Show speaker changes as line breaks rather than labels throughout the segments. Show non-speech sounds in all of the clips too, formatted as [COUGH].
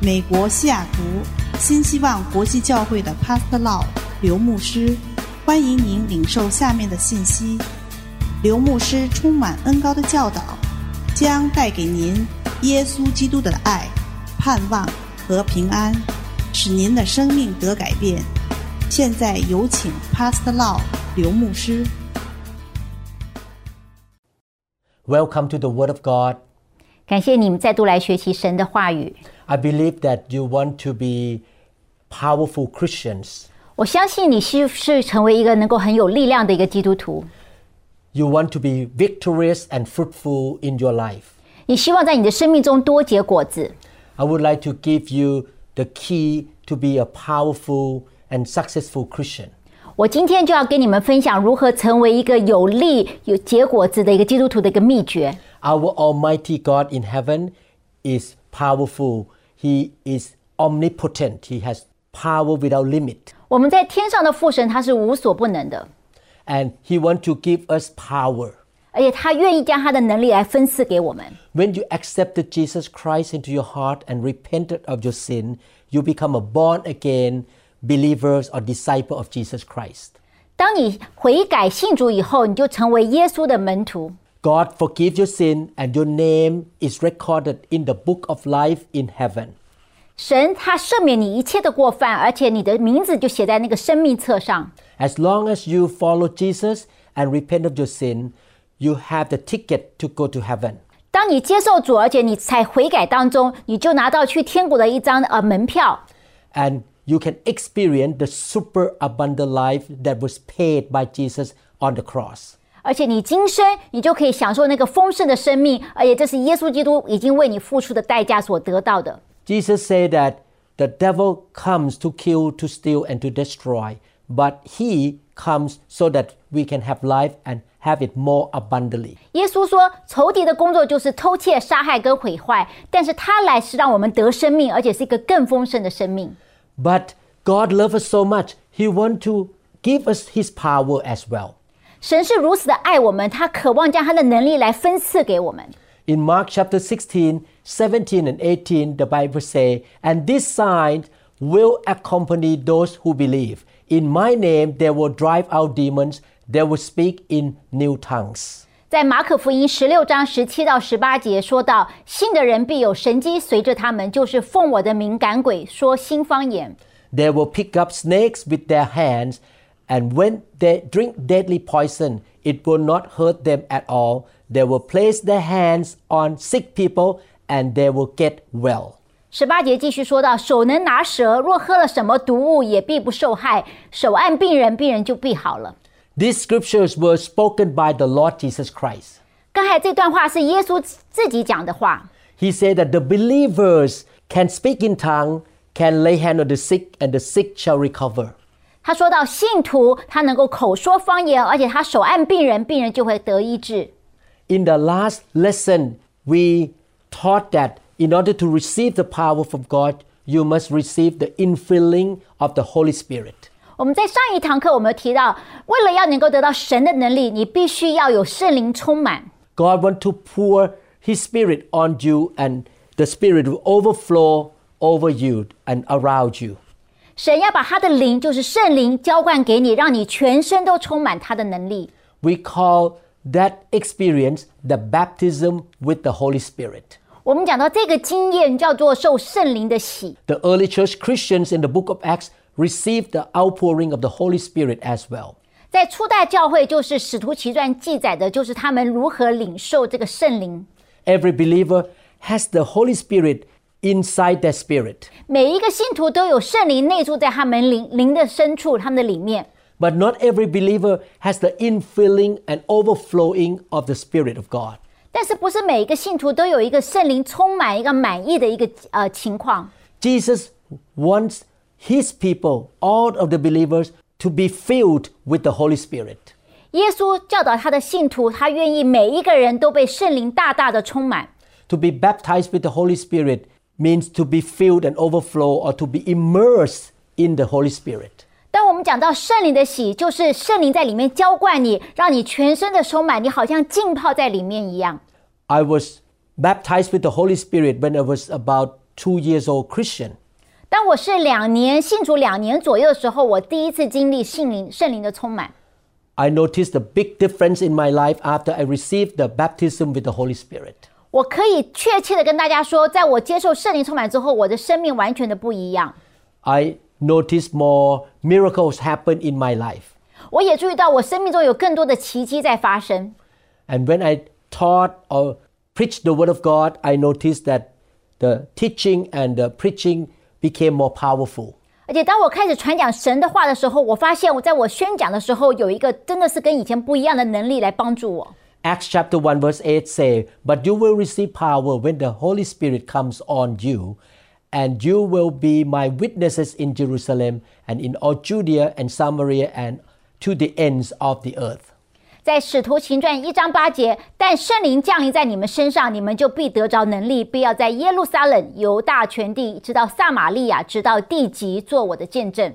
美国西雅图新希望国际教会的 Pastor Law 刘牧师，欢迎您领受下面的信息。刘牧师充满恩高的教导，将带给您耶稣基督的爱、盼望和平安，使您的生命得改变。现在有请 Pastor Law 刘牧师。
Welcome to the Word of God.
感谢你们再度来学习神的话语。
I believe that you want to be powerful Christians.
我相信你是是成为一个能够很有力量的一个基督徒。
You want to be victorious and fruitful in your life.
你希望在你的生命中多结果子。
I would like to give you the key to be a powerful and successful Christian.
我今天就要跟你们分享如何成为一个有力、有结果子的一个基督徒的一个秘诀。
Our Almighty God in heaven is powerful. He is omnipotent. He has power without limit.
我们在天上的父神，他是无所不能的，
And He wants to give us power.
而且他愿意将他的能力来分赐给我们。
When you accepted Jesus Christ into your heart and repented of your sin, you become a born again believers or disciple of Jesus Christ.
当你悔改信主以后，你就成为耶稣的门徒。
God forgives your sin and your name is recorded in the book of life in heaven.
神他赦免你一切的过犯，而且你的名字就写在那个生命册上。
As long as you follow Jesus and repent of your sin, you have the ticket to go to heaven.
当你接受主，而且你才悔改当中，你就拿到去天国的一张呃门票，
And you can experience the super abundant life that was paid by Jesus on the cross.
而且你今生你就可以享受那个丰盛的生命，而且这是耶稣基督已经为你付出的代价所得到的。
Jesus said that the devil comes to kill, to steal, and to destroy, but he comes so that we can have life and have it more abundantly.
耶稣说，仇敌的工作就是偷窃、杀害跟毁坏，但是他来是让我们得生命，而且是一个更丰盛的生命。
But God loves us so much, he wants to give us his power as well.
神是如此的爱我们，他渴望将他的能力来分赐给我们。
In Mark chapter 16, 17, and 18, the Bible say, And this sign will accompany those who believe. In my name, they will drive out demons, they will speak in new tongues.
在马可福音十六章十七到十八节说到，信的人必有神机随着他们，就是奉我的名赶鬼，说新方言。
They will pick up snakes with their hands, and when they drink deadly poison, it will not hurt them at all. They will place their hands on sick people and they will get well.
十八节继续说到，手能拿蛇，若喝了什么毒物，也必不受害；手按病人，病人就必好了。
These scriptures were spoken by the Lord Jesus Christ.
刚才这段话是耶稣自己讲的话，
He said that the believers can speak in tongue, can lay hand on the sick, and the sick shall recover.
他说到信徒他能够口说方言，而且他手按病人，病人就会得医治。
In the last lesson, we taught that in order to receive the power from God, you must receive the infilling of the Holy Spirit.
我们在上一堂课我们有提到，为了要能够得到神的能力，你必须要有圣灵充满。
God wants to pour His Spirit on you, and the Spirit will overflow over you and around you.
神要把他的灵，就是圣灵浇灌给你，让你全身都充满他的能力。
We call that experience the baptism with the Holy Spirit.
我们讲到这个经验叫做受圣灵的洗。
The early church Christians in the book of Acts received the outpouring of the Holy Spirit as well.
在初代教会，就是使徒奇传记载的，就是他们如何领受这个圣灵。
Every believer has the Holy Spirit inside their spirit,
每一个信徒都有圣灵内住在他们灵灵的深处，他们的里面。
but not every believer has the infilling and overflowing of the Spirit of God.
但是不是每一个信徒都有一个圣灵充满一个满意的一个呃情况？
Jesus wants his people, all of the believers, to be filled with the Holy Spirit.
耶稣教导他的信徒，他愿意每一个人都被圣灵大大的充满。
To be baptized with the Holy Spirit means to be filled and overflow or to be immersed in the Holy Spirit.
当我们讲到圣灵的洗，就是圣灵在里面浇灌你，让你全身的充满，你好像浸泡在里面一样。
I was baptized with the Holy Spirit when I was about two years old Christian.
当我是两年信主两年左右的时候，我第一次经历圣灵圣灵的充满。
I noticed a big difference in my life after I received the baptism with the Holy Spirit.
我可以确切的跟大家说，在我接受圣灵充满之后，我的生命完全的不一样。
I noticed more miracles happen in my life.
我也注意到我生命中有更多的奇迹在发生。
And when I taught or preached the Word of God, I noticed that the teaching and the preaching became more powerful.
而且当我开始传讲神的话的时候，我发现我在我宣讲的时候有一个真的是跟以前不一样的能力来帮助我。
Acts chapter 1 verse 8 say, But you will receive power when the Holy Spirit comes on you, and you will be my witnesses in Jerusalem and in all Judea and Samaria and to the ends of the earth.
在使徒行传一章八节，但圣灵降临在你们身上，你们就必得着能力，必要在耶路撒冷、犹大全地，直到撒玛利亚，直到地极，做我的见证。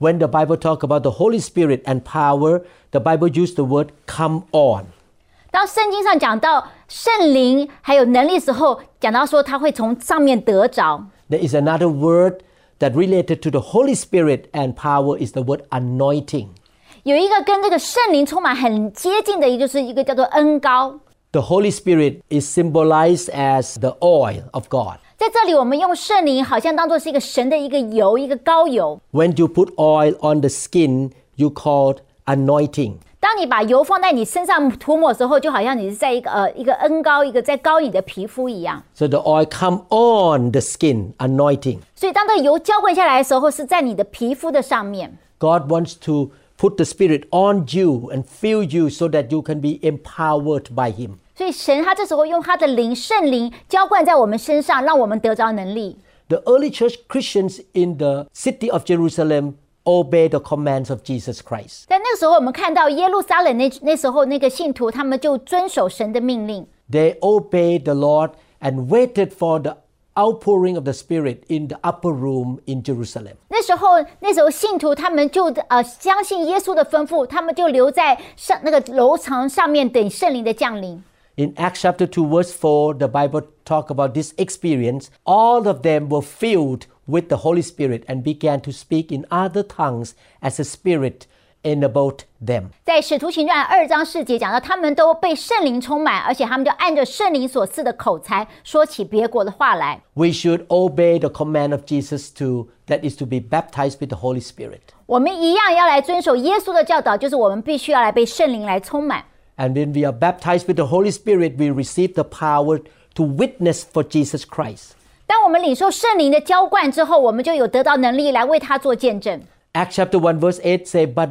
When the Bible talk about the Holy Spirit and power, the Bible use the word come on.
当圣经上讲到圣灵还有能力时候，讲到说他会从上面得着。
There is another word that related to the Holy Spirit and power is the word anointing.
有一个跟这个圣灵充满很接近的，一个就是一个叫做恩高。
The Holy Spirit is symbolized as the oil of God.
在这里，我们用圣灵好像当做是一个神的一个油，一个膏油。
When you put oil on the skin, you call it anointing.
当你把油放在你身上涂抹的时候，就好像你是在一个呃一个恩膏，一个在膏你的皮肤一样。
So the oil come on the skin, anointing.
所以当这个油浇灌下来的时候，是在你的皮肤的上面。
God wants to put the Spirit on you and fill you so that you can be empowered by Him.
所以神他这时候用他的灵圣灵浇灌在我们身上，让我们得着能力。
The early church Christians in the city of Jerusalem obey the commands of Jesus Christ.
在那个时候，我们看到耶路撒冷那那时候那个信徒，他们就遵守神的命令，
They obeyed the Lord and waited for the outpouring of the Spirit in the upper room in Jerusalem.
那时候，那时候信徒他们就呃相信耶稣的吩咐，他们就留在上那个楼层上面等圣灵的降临。
In Acts chapter 2, verse 4, the Bible talk about this experience. All of them were filled with the Holy Spirit and began to speak in other tongues as the Spirit enabled them.
在使徒行传二章四节讲到，他们都被圣灵充满，而且他们就按着圣灵所赐的口才说起别国的话来。
We should obey the command of Jesus to that is to be baptized with the Holy Spirit.
我们一样要来遵守耶稣的教导，就是我们必须要来被圣灵来充满。
And when we are baptized with the Holy Spirit, we receive the power to witness for Jesus Christ.
当我们领受圣灵的浇灌之后，我们就有得到能力来为他做见证。
Acts chapter 1 verse 8 say, But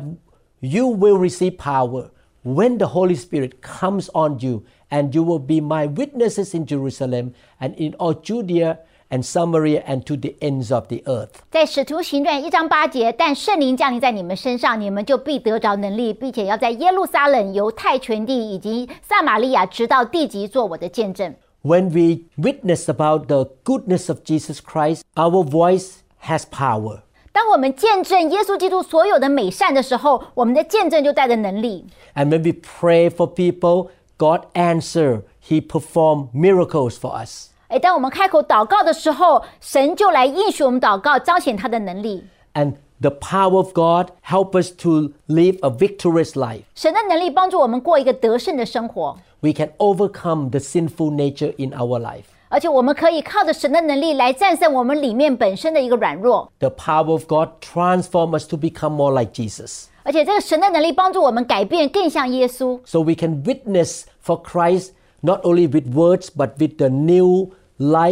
you will receive power when the Holy Spirit comes on you, and you will be my witnesses in Jerusalem and in all Judea and Samaria and to the ends of the earth.
在使徒行传一章八节，但圣灵降临在你们身上，你们就必得着能力，并且要在耶路撒冷、犹太全地以及撒玛利亚，直到地极，做我的见证。
When we witness about the goodness of Jesus Christ, our voice has power.
当我们见证耶稣基督所有的美善的时候，我们的见证就带着能力。
And when we pray for people, God answer. He perform miracles for us.
哎，当我们开口祷告的时候，神就来应许我们祷告，彰显他的能力。
And the power of God help us to live a victorious life.
神的能力帮助我们过一个得胜的生活，
we can overcome the sinful nature in our life.
而且我们可以靠着神的能力来战胜我们里面本身的一个软弱。
The power of God transforms us to become more like Jesus.
而且这个神的能力帮助我们改变，更像耶稣。
So we can witness for Christ not only with words but with the new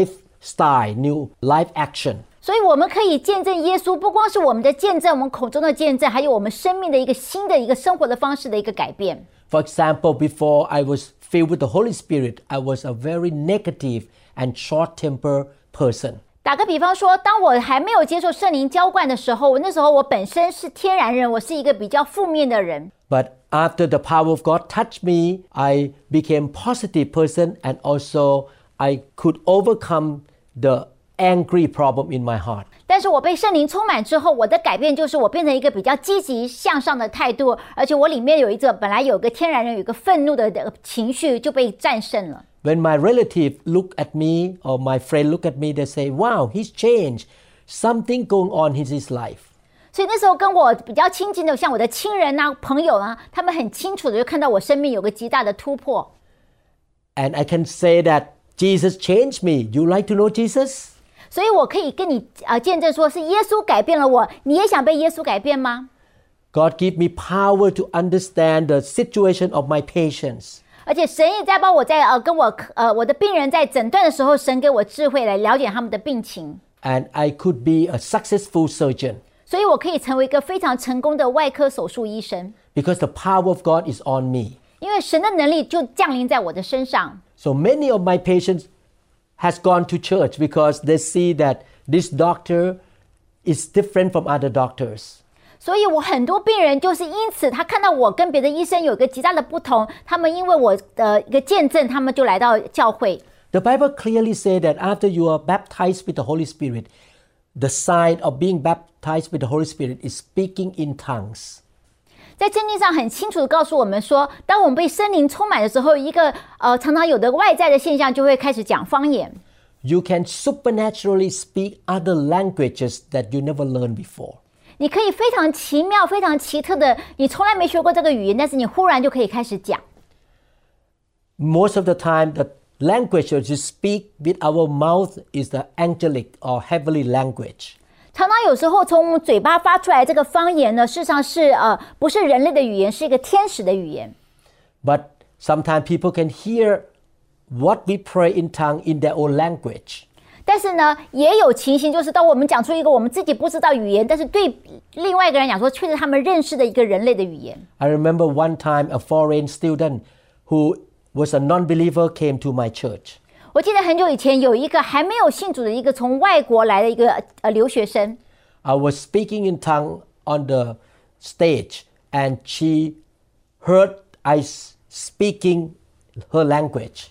lifestyle, new life action.
所以我们可以见证耶稣，不光是我们的见证，我们口中的见证，还有我们生命的一个新的一个生活的方式的一个改变。
For example, before I was filled with the Holy Spirit, I was a very negative and short tempered person.
打个比方说，当我还没有接受圣灵浇灌的时候，我那时候我本身是天然人，我是一个比较负面的人。
But after the power of God touched me, I became positive person and also I could overcome the angry problem in my heart.
但是我被圣灵充满之后，我的改变就是我变成一个比较积极向上的态度，而且我里面有一个本来有个天然人有一个愤怒的的情绪就被战胜了。
When my relative look at me or my friend look at me, they say, "Wow, he's changed. Something going on in his life."
所以那时候跟我比较亲近的，像我的亲人呐、朋友啊，他们很清楚的就看到我生命有个极大的突破。
And I can say that Jesus changed me. You like to know Jesus?
所以我可以跟你啊、呃见证说，是耶稣改变了我。你也想被耶稣改变吗？
God give me power to understand the situation of my patients.
而且神也在帮我在呃跟我呃我的病人在诊断的时候，神给我智慧来了解他们的病情，
And I could be a successful surgeon
所以我可以成为一个非常成功的外科手术医生，
because the power of God is on me.
因为神的能力就降临在我的身上。
So many of my patients has gone to church because they see that this doctor is different from other doctors.
所以我很多病人就是因此，他看到我跟别的医生有一个极大的不同，他们因为我的一个见证，他们就来到教会。
The Bible clearly says that after you are baptized with the Holy Spirit, the sign of being baptized with the Holy Spirit is speaking in tongues.
在圣经上很清楚的告诉我们说，当我们被森林充满的时候，一个呃常常有的外在的现象就会开始讲方言。
You can supernaturally speak other languages that you never learned before.
你可以非常奇妙、非常奇特的，你从来没学过这个语言，但是你忽然就可以开始讲。
Most of the time, the language that you speak with our mouth is the angelic or heavenly language.
常常有时候从我们嘴巴发出来这个方言呢，事实上是呃不是人类的语言，是一个天使的语言。
But sometimes people can hear what we pray in tongue in their own language.
但是呢，也有情形就是当我们讲出一个我们自己不知道语言，但是对另外一个人讲说，却是他们认识的一个人类的语言。
I remember one time a foreign student who was a non believer came to my church.
我记得很久以前有一个还没有信主的一个从外国来的一个呃留学生，
I was speaking in tongue on the stage and she heard I s- speaking her language.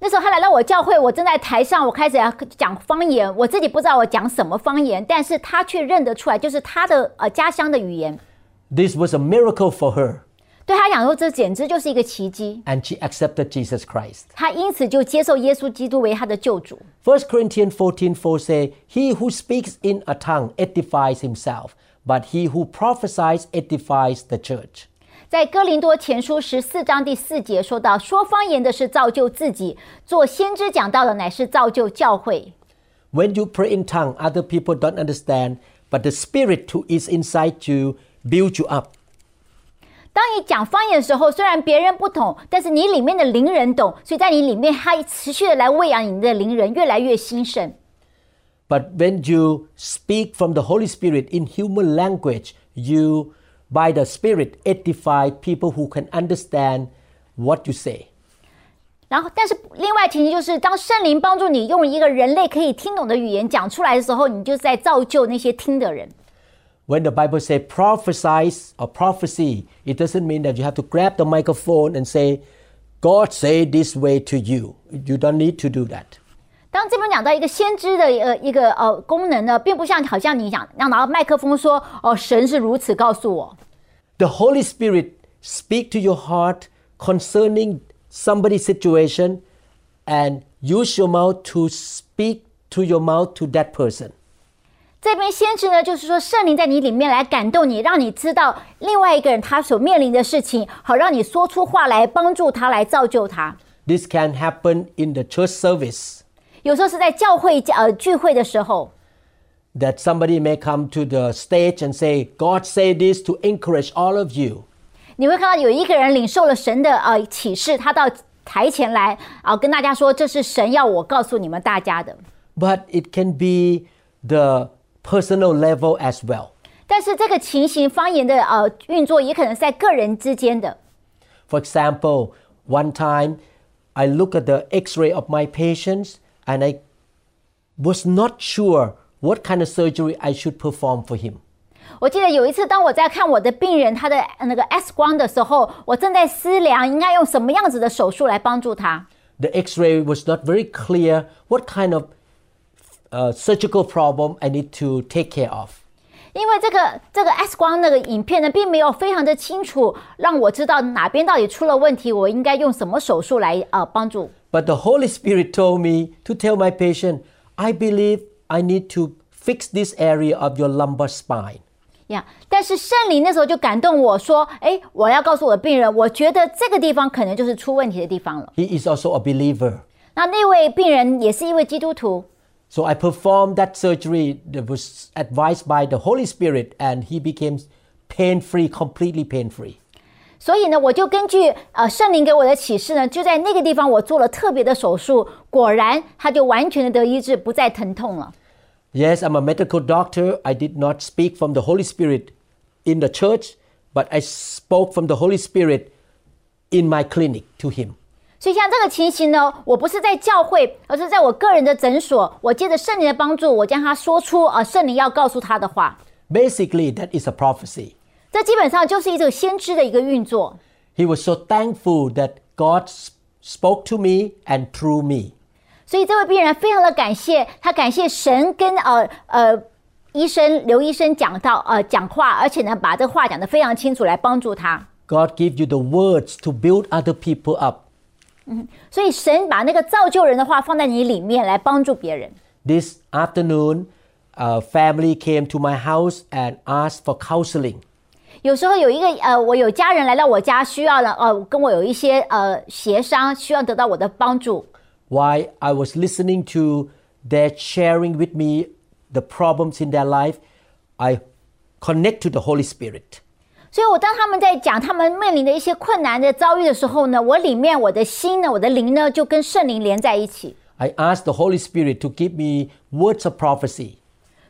那时候他来到我教会，我正在台上，我开始要讲方言，我自己不知道我讲什么方言，但是他却认得出来，就是他的呃家乡的语言。
This was a miracle for her
对他讲说，这简直就是一个奇迹。
and she accepted Jesus Christ.
他因此就接受耶稣基督为他的救主。
1 Corinthians 14 4 says, He who speaks in a tongue edifies himself, but he who prophesies edifies the church.
在哥林多前书十四章第四节说到，说方言的是造就自己，做先知讲道的乃是造就教会。
When you pray in tongue, other people don't understand, but the Spirit who is inside you builds you up.
当你讲方言的时候，虽然别人不懂，但是你里面的灵人懂，所以在你里面，他持续的来喂养你的灵人，越来越兴盛。
But when you speak from the Holy Spirit in human language, you, by the Spirit, edify people who can understand what you say.
然后，但是另外情形就是，当圣灵帮助你用一个人类可以听懂的语言讲出来的时候，你就是在造就那些听的人。
When the Bible says prophesies or prophecy, it doesn't mean that you have to grab the microphone and say, God say this way to you. You don't need to do that.
当这边讲到一个先知的呃一个呃功能呢，并不像好像你想要拿到麦克风说哦，神是如此告诉我。
The Holy Spirit speak to your heart concerning somebody's situation and use your mouth to speak to your mouth to that person.
这边先知呢，就是说圣灵在你里面来感动你，让你知道另外一个人他所面临的事情，好让你说出话来帮助他，来造就他。
This can happen in the church service
有时候是在教会呃聚会的时候，
that somebody may come to the stage and say, God say this to encourage all of you.
你会看到有一个人领受了神的呃启示，他到台前来啊、跟大家说这是神要我告诉你们大家的。
but it can be the personal level as well.
但是这个情形方言的呃运作，也可能是在个人之间的。
For example, one time I look at the x-ray of my patients and I was not sure what kind of surgery I should perform for him.
我记得有一次，当我在看我的病人他的呃那个 X 光的时候，我正在思量应该用什么样子的手术来帮助他。
The x-ray was not very clear what kind of uh, surgical problem I need to take care of.
因为这个这个 X 光那个影片呢，并没有非常的清楚，让我知道哪边到底出了问题，我应该用什么手术来呃帮助。
But the Holy Spirit told me to tell my patient, I believe I need to fix this area of your lumbar spine.
呀但是圣灵那时候就感动我说：“哎，我要告诉我的病人，我觉得这个地方可能就是出问题的地方了。
He is also a believer. ”
那那位病人也是一位基督徒，
So I performed that surgery that was advised by the Holy Spirit, and he became pain free, completely pain free.
所以呢，我就根据呃圣灵给我的启示呢，就在那个地方我做了特别的手术，果然他就完全的得医治，不再疼痛了。
Yes, I'm a medical doctor. I did not speak from the Holy Spirit in the church, but I spoke from the Holy Spirit in my clinic to him.
所以像这个情形呢，我不是在教会，而是在我个人的诊所，我借着圣灵的帮助，我将他说出呃圣灵要告诉他的话。
Basically, that is a prophecy.
这基本上就是一种先知的一个运作。
He was so thankful that God s- spoke to me and through me.
所以这位病人非常的感谢，他感谢神跟呃呃医生刘医生讲到呃讲话，而且呢把这话讲得非常清楚，来帮助他。
God gave you the words to build other people up.
所以神把那个造就人的话放在你里面来帮助别人。
This afternoon, a family came to my house and asked for counseling.
有时候有一个呃，我有家人来到我家，需要了呃跟我有一些呃协商，需要得到我的帮助。
While I was listening to their sharing with me the problems in their life, I connect to the Holy Spirit.
所以我当他们在讲他们面临的一些困难的遭遇的时候呢，我里面我的心呢，我的灵呢就跟圣灵连在一起。
I asked the Holy Spirit to give me words of prophecy.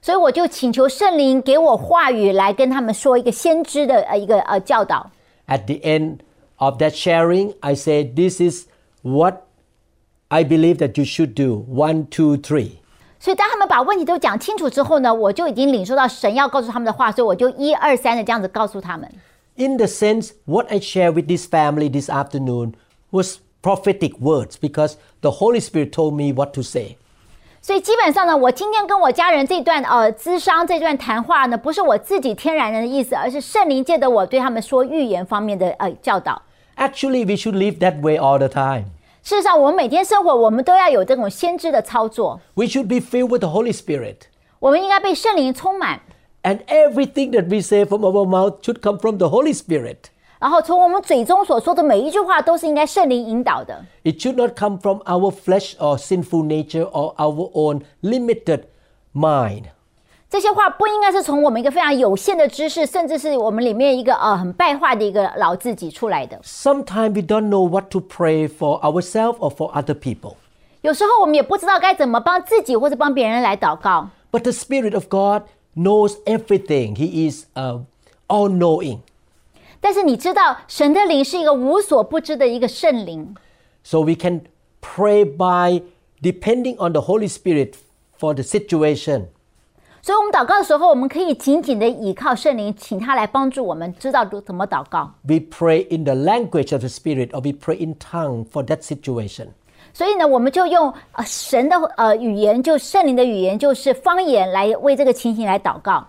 所以我就请求圣灵给我话语来跟他们说一个先知的呃一个呃教导。
At the end of that sharing, I said, This is what I believe that you should do. One, two, three.
所以当他们把问题都讲清楚之后呢，我就已经领受到神要告诉他们的话，所以我就一二三的这样子告诉他们。
In the sense, what I shared with this family this afternoon was prophetic words because the Holy Spirit told me what to say.
所以基本上呢，我今天跟我家人这段呃咨商这段谈话呢，不是我自己天然的意思，而是圣灵借的我对他们说预言方面的呃教导。
Actually, we should live that way all the time.
事实上，我们每天生活，我们都要有这种先知的操作，
We should be filled with the Holy Spirit.
我们应该被圣灵充满，
And everything that we say from our mouth should come from the Holy Spirit.
然后从我们嘴中所说的每一句话都是应该圣灵引导的。
It should not come from our flesh or sinful nature or our own limited mind.
这些话不应该是从我们一个非常有限的知识，甚至是我们里面一个呃很败坏的一个老自己出来的。
Sometimes we don't know what to pray for ourselves or for other people.
有时候我们也不知道该怎么帮自己或者帮别人来祷告，
But the Spirit of God knows everything. He is uh, all knowing.
但是你知道，神的灵是一个无所不知的一个圣灵，
So we can pray by depending on the Holy Spirit for the situation.
所以我们祷告的时候，我们可以紧紧的倚靠圣灵，请他来帮助我们知道如怎么祷告。
We pray in the language of the Spirit or we pray in tongue for that situation.
所以呢，我们就用呃神的呃语言，就圣灵的语言，就是方言来为这个情形来祷告。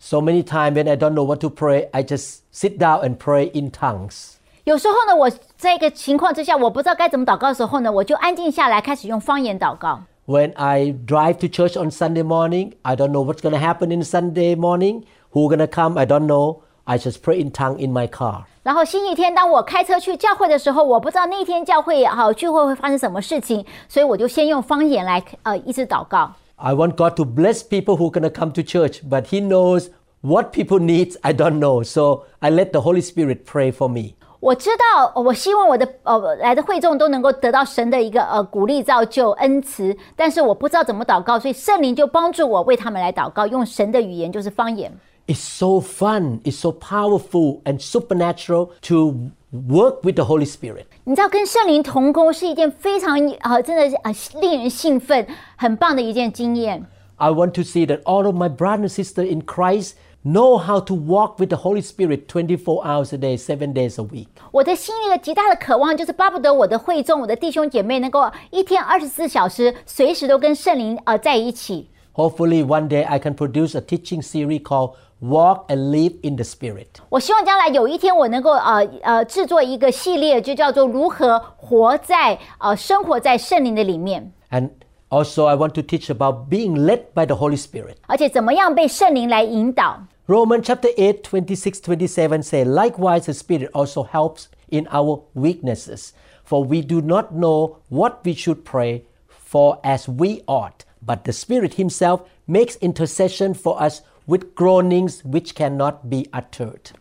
So many times when I don't know what to pray, I just sit down and pray in tongues.
有时候呢，我在一个情况之下，我不知道该怎么祷告的时候呢，我就安静下来，开始用方言祷告。
When I drive to church on Sunday morning, I don't know what's going to happen in Sunday morning, who's going to come, I don't know. I just pray in tongue in my car.
然后星期天，当我开车去教会的时候，我不知道那天教会好聚会会发生什么事情，所以我就先用方言来呃一直祷告。
I want God to bless people who are going to come to church, but He knows what people need, I don't know. So I let the Holy Spirit pray for me.
我知道，呃我希望我的呃来的会众都能够得到神的一个呃鼓励、造就、恩慈，但是我不知道怎么祷告，所以圣灵就帮助我为他们来祷告，用神的语言就是方言。
It's so fun, it's so powerful and supernatural to work with the Holy Spirit.
你知道，跟圣灵同工是一件非常呃，真的是呃令人兴奋、很棒的一件经验。
I want to see that all of my brothers and sisters in Christ know how to walk with the Holy Spirit 24 hours a day, seven days a week.
我的心里的极大的渴望就是巴不得我的会众、我的弟兄姐妹能够一天二十四小时，随时都跟圣灵呃在一起。
Hopefully, one day I can produce a teaching series called walk and live in the Spirit.
我希望将来有一天我能够呃呃制作一个系列，就叫做如何活在呃生活在圣灵的里面，
And also, I want to teach about being led by the Holy Spirit.
而且怎么样被圣灵来引导。
Romans chapter 8, 26 27 say, Likewise, the Spirit also helps in our weaknesses, for we do not know what we should pray for as we ought, but the Spirit Himself makes intercession for us with groanings which cannot be uttered.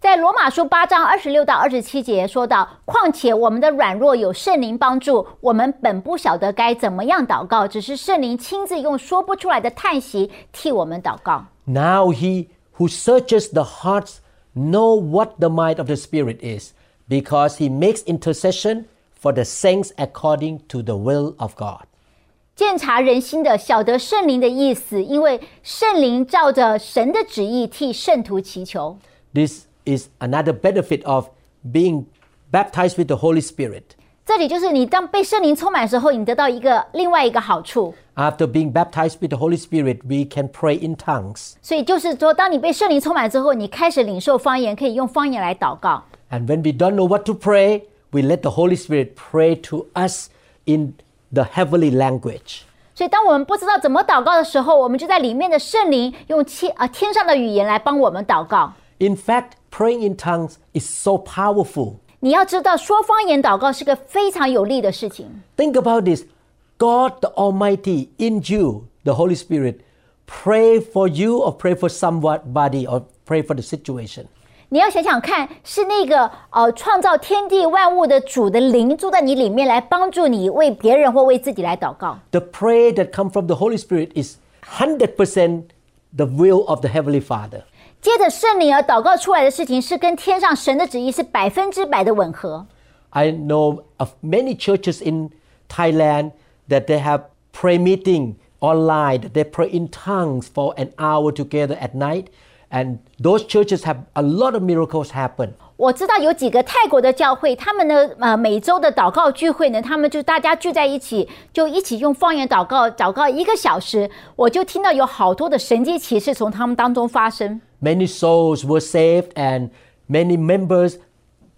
在罗马书八章二十六到二十七节说到，况且我们的软弱有圣灵帮助，我们本不晓得该怎么样祷告，只是圣灵亲自用说不出来的叹息替我们祷告。
Now he who searches the hearts know what the mind of the Spirit is, because he makes intercession for the saints according to the will of God.
鉴察人心的，晓得圣灵的意思，因为圣灵照着神的旨意替圣徒祈求。
This is another benefit of being baptized with the Holy Spirit.
这里就是你当被圣灵充满的时候，你得到一个另外一个好处。
After being baptized with the Holy Spirit, we can pray in tongues.
所以就是说，当你被圣灵充满之后，你开始领受方言，可以用方言来祷告。
And when we don't know what to pray, we let the Holy Spirit pray to us in the heavenly language.
所以，当我们不知道怎么祷告的时候，我们就在里面的圣灵用天啊天上的语言来帮我们祷告。
In fact, praying in tongues is so powerful
你要知道，说方言祷告是个非常有利的事情。
Think about this God the Almighty in you, the Holy Spirit, pray for you or pray for somebody or pray for the situation.
你要想想看，是那个呃创造天地万物的主的灵住在你里面，来帮助你为别人或为自己来祷告。
The prayer that comes from the Holy Spirit is 100% the will of the Heavenly Father.
接着圣灵而祷告出来的事情，是跟天上神的旨意是百分之百的吻合。
I know of many churches in Thailand that they have prayer meeting online. that They pray in tongues for an hour together at night. And those churches have a lot of miracles happen.
我知道有几个泰国的教会，他们呢，呃，每周的祷告聚会呢，他们就大家聚在一起，就一起用方言祷告，祷告一个小时，我就听到有好多的神迹奇事从他们当中发生。
Many souls were saved and many members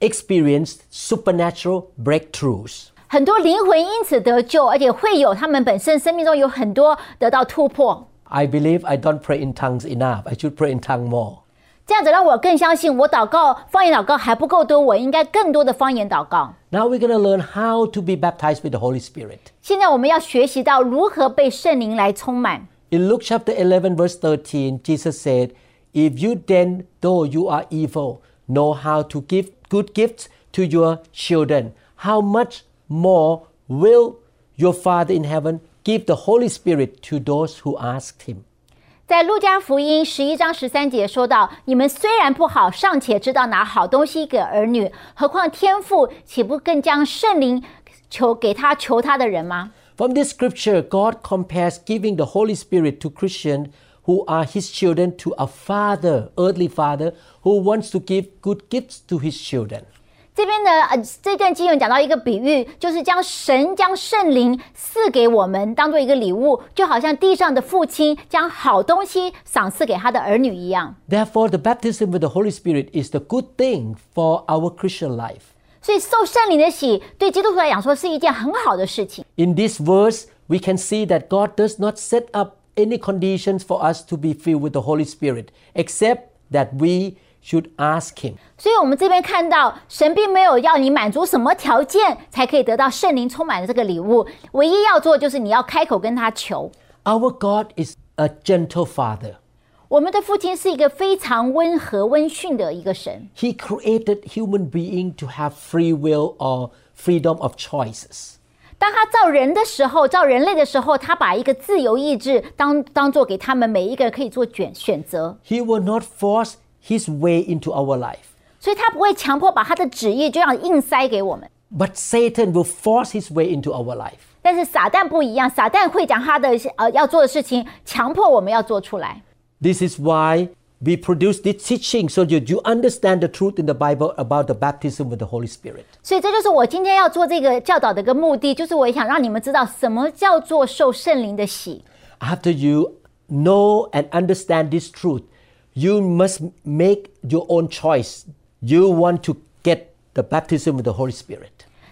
experienced supernatural breakthroughs.
很多灵魂因此得救，而且会有他们本身生命中有很多得到突破。
I believe I don't pray in tongues enough. I should pray in tongues more.
这样子让我更相信，我祷告方言祷告还不够多，我应该更多的方言祷告。
Now we're going to learn how to be baptized with the Holy Spirit.
现在我们要学习到如何被圣灵来充满。
In Luke chapter 11, verse 13, Jesus said, If you then, though you are evil, know how to give good gifts to your children, how much more will your Father in heaven give the Holy Spirit to those who ask him?
在路加福音十一章十三节说到：“你们虽然不好，尚且知道拿好东西给儿女，何况天父岂不更将圣灵求给他求他的人吗
From this scripture, God compares giving the Holy Spirit to Christians who are His children to a father, earthly father, who wants to give good gifts to His children.？”
这边呢，呃，这段经文讲到一个比喻，就是将神将圣灵赐给我们，当做一个礼物，就好像地上的父亲将好东西赏赐给他的儿女一样。
Therefore, the baptism with the Holy Spirit is the good thing for our Christian life.
所以受圣灵的洗，对基督徒来讲说是一件很好的事情。
In this verse, we can see that God does not set up any conditions for us to be filled with the Holy Spirit, except that we should ask Him.
所以，我们这边看到，神并没有要你满足什么条件才可以得到圣灵充满的这个礼物，唯一要做就是你要开口跟他求。
Our God is a gentle Father.
我们的父亲是一个非常温和、温驯的一个神，
He created human being to have free will or freedom of choices.
当他造人的时候，造人类的时候，他把一个自由意志当当做给他们每一个人可以做选选择，
He will not force his way into our life.
所以他不会强迫把他的旨意就这样硬塞给我们。
But Satan will force his way into our life.
但是撒旦不一样，撒旦会讲他的呃要做的事情，强迫我们要做出来。
This is why we produce this teaching so that you understand the truth in the Bible about the baptism with the Holy Spirit.
所以这就是我今天要做这个教导的一个目的，就是我想让你们知道什么叫做受圣灵的洗。
After you know and understand this truth, you must make your own choice. You want to get the baptism of the Holy Spirit.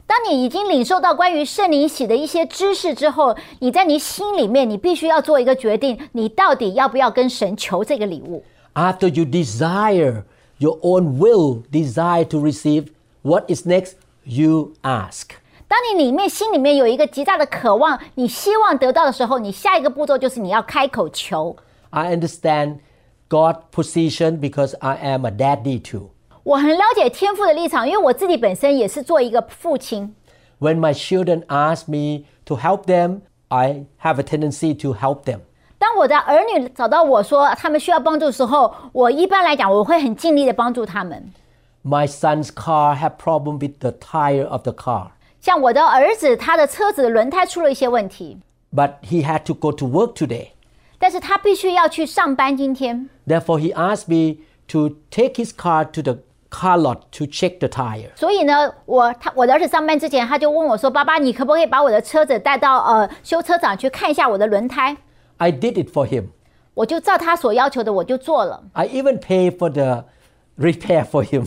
当你已经领受到关于圣灵洗的一些知识之后，你在你心里面，你必须要做一个决定，你到底要不要跟神求这个礼物？
After you desire your own will, desire to receive, what is next? You ask.
当你里面心里面有一个极大的渴望，你希望得到的时候，你下一个步骤就是你要开口求。
I understand God's position because I am a daddy too.
我很了解天父的立场，因为我自己本身也是做一个父亲。
When my children ask me to help them, I have a tendency to help them.
当我的儿女找到我说他们需要帮助的时候，我一般来讲我会很尽力的帮助他们。
My son's car had problem with the tire of the car,
像我的儿子，他的车子的轮胎出了一些问题，
but he had to go to work today.
但是他必须要去上班。今天，
Therefore, he asked me to take his car to the car lot to check the tire.
所以呢，我他我的儿子上班之前，他就问我说：“爸爸，你可不可以把我的车子带到呃修车厂去看一下我的轮胎
I did it for him.？”
我就照他所要求的，我就做了，
I even paid for the repair for him.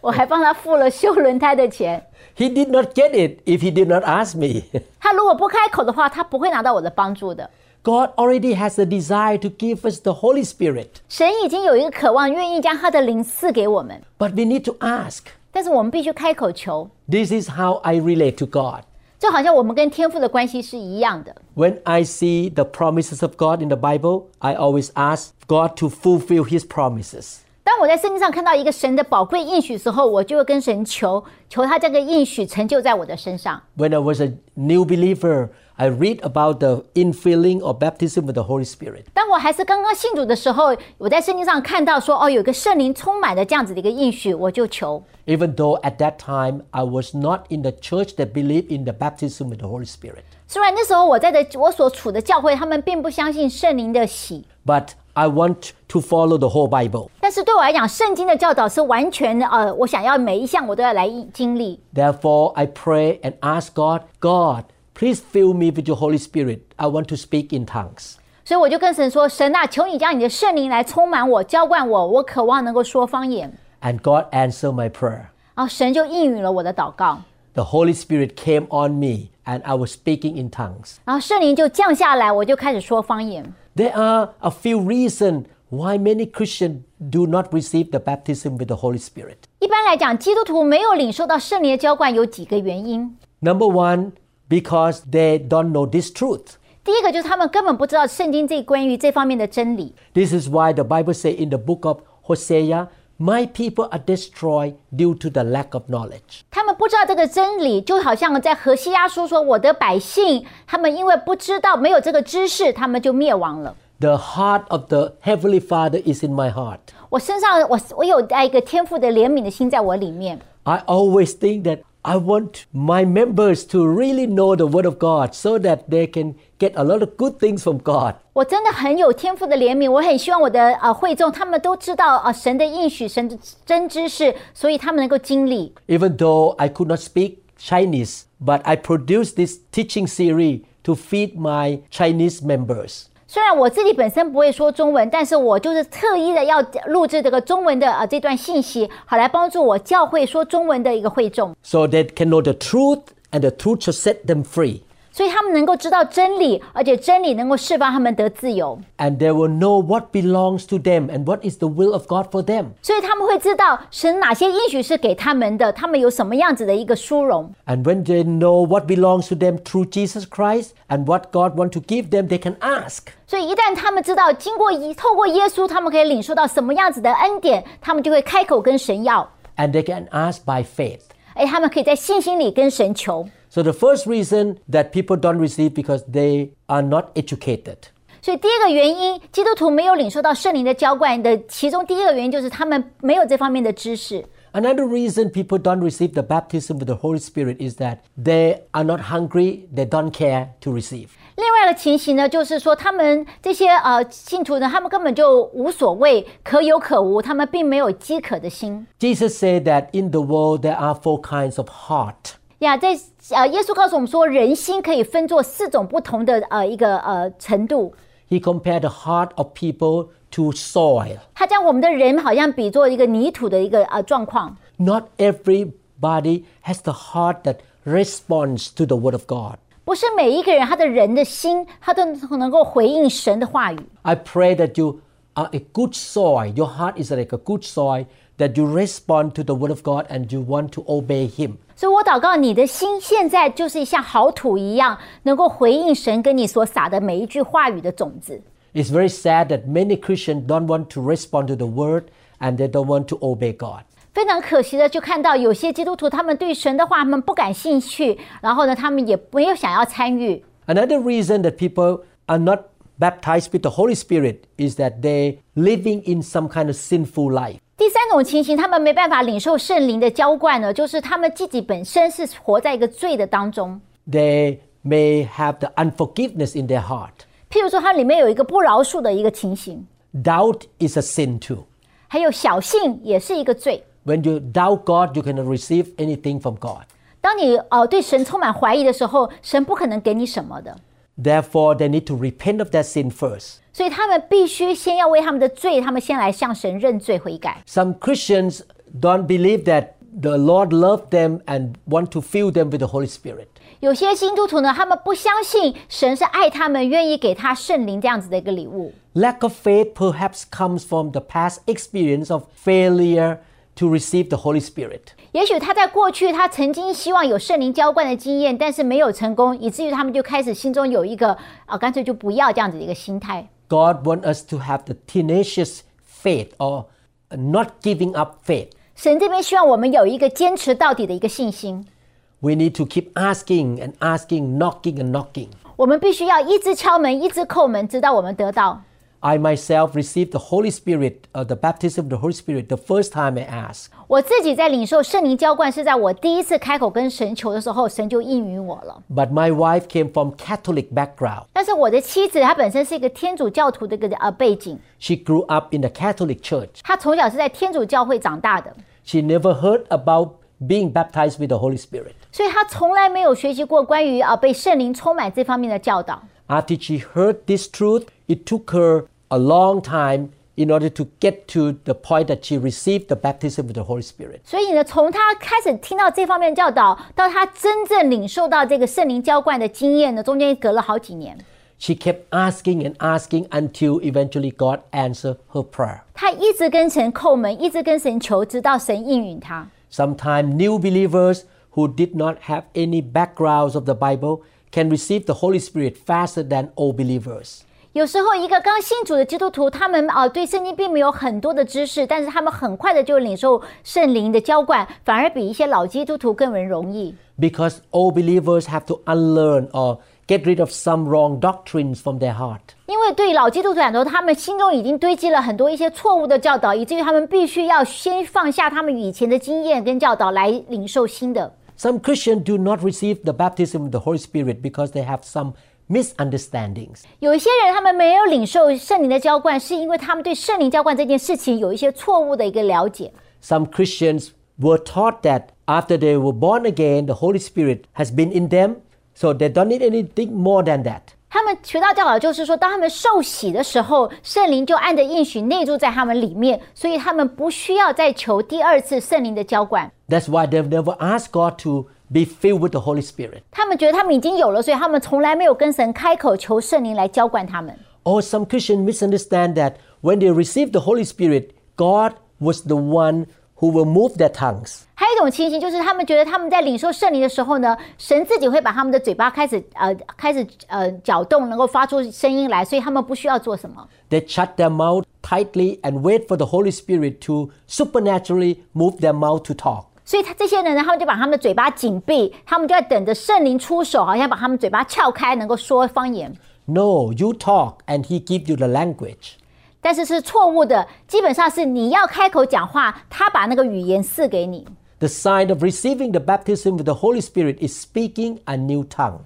我还帮他付了修轮胎的钱。
he did not get it if he did not ask me. [LAUGHS]
他如果不开口的话，他不会拿到我的帮助的。
God already has a desire to give us the Holy Spirit,
神已经有一个渴望，愿意将他的灵赐给我们，
but we need to ask.
但是我们必须开口求。
This is how I relate to God.
就好像我们跟天父的关系是一样的。
When I see the promises of God in the Bible, I always ask God to fulfill His promises.
当我在圣经上看到一个神的宝贵应许时候，我就会跟神求，求他这个应许成就在我的身上。
When I was a new believer, I read about the infilling or baptism of the Holy Spirit.
当我还是刚刚信主的时候，我在圣经上看到说，哦，有一个圣灵充满的这样子的一个应许，我就求。
Even though at that time I was not in the church that believed in the baptism of the Holy Spirit,
虽然那时候我在的我所处的教会，他们并不相信圣灵的喜，
but I want to follow the whole Bible.
但是对我来讲，圣经的教导是完全呃，我想要每一项我都要来经历。
Therefore, I pray and ask God, God, please fill me with your Holy Spirit. I want to speak in tongues.
所以我就跟神说：“神啊，求你将你的圣灵来充满我，浇灌我，我渴望能够说方言。
And God answered my prayer. ”
然后神就应允了我的祷告，
The Holy Spirit came on me and I was speaking in tongues.
然后圣灵就降下来，我就开始说方言。
There are a few reasons why many Christians do not receive the baptism with the Holy Spirit.
一般来讲，基督徒没有领受到圣灵的浇灌有几个原因。
Number one, because they don't know this truth.
第一个就是他们根本不知道圣经这关于这方面的真理，
This is why the Bible says in the book of Hosea, My people are destroyed due to the lack of knowledge.
他们不知道这个真理，就好像在何西阿书说：“我的百姓，他们因为不知道，没有这个知识，他们就灭亡了。
The heart of the Heavenly Father is in my heart. ”
我身上，我我有带一个天赋的怜悯的心在我里面。
I always think that I want my members to really know the Word of God so that they can get a lot of good things from God.
我真的很有天赋的怜悯，我很希望我的呃会众他们都知道呃神的应许、神的真知识，所以他们能够经历。
Even though I could not speak Chinese, but I produced this teaching series to feed my Chinese members.
虽然我自己本身不会说中文，但是我就是特意的要录制这个中文的呃这段信息，好来帮助我教会说中文的一个会众，
So they can know the truth and the truth shall set them free.
所以他们能够知道真理，而且真理能够释放他们得自由，
And they will know what belongs to them and what is the will of God for them.
所以他们会知道神哪些应许是给他们的，他们有什么样子的一个殊荣。
And when they know what belongs to them through Jesus Christ and what God wants to give them, they can ask.
所以一旦他们知道经过一透过耶稣，他们可以领受到什么样子的恩典，他们就会开口跟神要，
And they can ask by faith.
哎，他们可以在信心里跟神求。
So the first reason that people don't receive because they are not educated.
所以第一个原因，基督徒没有领受到圣灵的浇灌的，其中第一个原因就是他们没有这方面的知识。
Another reason people don't receive the baptism with the Holy Spirit is that they are not hungry, they don't care to receive.
另外的情形呢，就是说他们这些呃信徒呢，他们根本就无所谓，可有可无，他们并没有饥渴的心
Jesus said that in the world there are four kinds of heart.
呀。在呃，耶稣告诉我们说，人心可以分作四种不同的呃一个呃程度。
He compared the heart of people to soil.
他将我们的人好像比作一个泥土的一个呃状况。
Not everybody has the heart that responds to the Word of God.
不是每一个人他的人的心，他都能够回应神的话语。
I pray that you are a good soil. Your heart is like a good soil that you respond to the Word of God and you want to obey Him.
所以我祷告，你的心现在就是像好土一样，能够回应神跟你所撒的每一句话语的种子。
It's very sad that many Christians don't want to respond to the Word and they don't want to obey God.
非常可惜的，就看到有些基督徒他们对神的话他们不感兴趣，然后呢，他们也没有想要参与。
Another reason that people are not baptized with the Holy Spirit is that they living in some kind of sinful life.
第三种情形，他们没办法领受圣灵的浇灌呢，就是他们自己本身是活在一个罪的当中。
They may have the unforgiveness in their heart.
譬如说，它里面有一个不饶恕的一个情形，
Doubt is a sin too.
还有小信也是一个罪。
When you doubt God, you cannot receive anything from God.
当你呃对神充满怀疑的时候，神不可能给你什么的。
Therefore, they need to repent of their sin first.
所以他们必须先要为他们的罪，他们先来向神认罪悔改。
Some Christians don't believe that the Lord loved them and want to fill them with the Holy Spirit.
有些基督徒呢，他们不相信神是爱他们，愿意给他圣灵这样子的一个礼物。
Lack of faith perhaps comes from the past experience of failure to receive the Holy Spirit.
也许他在过去他曾经希望有圣灵浇灌的经验，但是没有成功，以至于他们就开始心中有一个啊，干脆就不要这样子的一个心态。
God wants us to have the tenacious faith or not giving up faith.
神这边希望我们有一个坚持到底的一个信心，
We need to keep asking and asking, knocking and knocking.
我们必须要一直敲门，一直叩门，直到我们得到。
I myself received the Holy Spirit, uh, the baptism of the Holy Spirit, the first time I asked.
我自己在领受圣灵浇灌，是在我第一次开口跟神求的时候，神就应允我了。
But my wife came from Catholic background.
但是我的妻子她本身是一个天主教徒的一个呃背景，
She grew up in the Catholic Church.
她从小是在天主教会长大的，
She never heard about being baptized with the Holy Spirit.
所以她从来没有学习过关于啊被圣灵充满这方面的教导。
After she heard this truth, it took her a long time in order to get to the point that she received the baptism with the Holy Spirit.
所以呢，从她开始听到这方面的教导，到她真正领受到这个圣灵浇灌的经验呢，中间隔了好几年。
She kept asking and asking until eventually God answered her prayer.
她一直跟神叩门，一直跟神求，直到神应允她。
Sometimes new believers who did not have any backgrounds of the Bible can receive the Holy Spirit faster than old believers.
有时候，一个刚信主的基督徒，他们啊、呃对圣经并没有很多的知识，但是他们很快的就领受圣灵的浇灌，反而比一些老基督徒更为容易。
Because old believers have to unlearn or get rid of some wrong doctrines from their heart.
因为对老基督徒来说，他们心中已经堆积了很多一些错误的教导，以至于他们必须要先放下他们以前的经验跟教导，来领受新的。
Some Christians do not receive the baptism of the Holy Spirit because they have some misunderstandings.
有一些人他们没有领受圣灵的浇灌，是因为他们对圣灵浇灌这件事情有一些错误的一个了解。
Some Christians were taught that after they were born again, the Holy Spirit has been in them, so they don't need anything more than that.
他们学到教导就是说，当他们受洗的时候，圣灵就按着应许内住在他们里面，所以他们不需要再求第二次圣灵的浇灌。
That's why they've never asked God to be filled with the Holy Spirit.
他们觉得他们已经有了，所以他们从来没有跟神开口求圣灵来浇灌他们。
Or some Christians misunderstand that when they received the Holy Spirit, God was the one who will move their tongues.
还有一种情形就是，他们觉得他们在领受圣灵的时候呢，神自己会把他们的嘴巴开始呃开始呃搅动，能够发出声音来，所以他们不需要做什么。
They shut their mouth tightly and wait for the Holy Spirit to supernaturally move their mouth to talk.
所以他这些人呢，他们就把他们的嘴巴紧闭，他们就在等着圣灵出手，好像把他们嘴巴撬开，能够说方言。
No, you talk and he give you the language.
但是是错误的，基本上是你要开口讲话，他把那个语言赐给你。
The sign of receiving the baptism with the Holy Spirit is speaking a new tongue.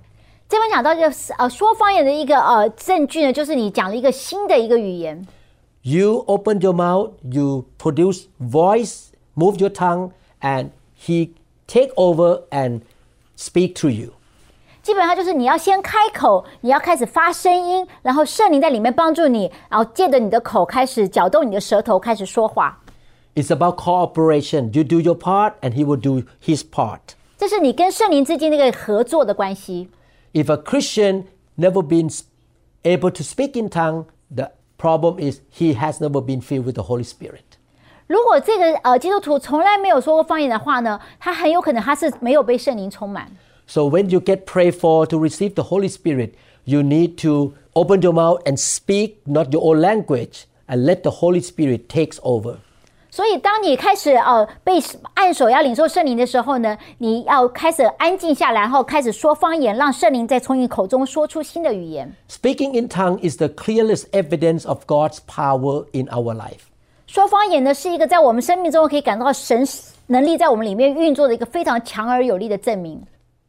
这边讲到一个呃说方言的一个呃证据呢，就是你讲了一个新的一个语言，
You open your mouth, you produce voice, move your tongue, and he take over and speak to you.
基本上就是你要先开口，你要开始发声音，然后圣灵在里面帮助你，然后借着你的口开始搅动你的舌头，开始说话。
It's about cooperation. You do your part and he will do his part.
这是你跟圣灵之间那个合作的关系。
If a Christian never been s- able to speak in tongue, the problem is he has never been filled with the Holy Spirit.
如果这个呃基督徒从来没有说过方言的话呢，他很有可能他是没有被圣灵充满。
So when you get prayed for to receive the Holy Spirit, you need to open your mouth and speak not your own language and let the Holy Spirit takes over.
所以，当你开始呃被按手要领受圣灵的时候呢，你要开始安静下来，然后开始说方言，让圣灵再从你口中说出新的语言。
Speaking in tongue is the clearest evidence of God's power in our life.
说方言呢，是一个在我们生命中可以感到神能力在我们里面运作的一个非常强而有力的证明。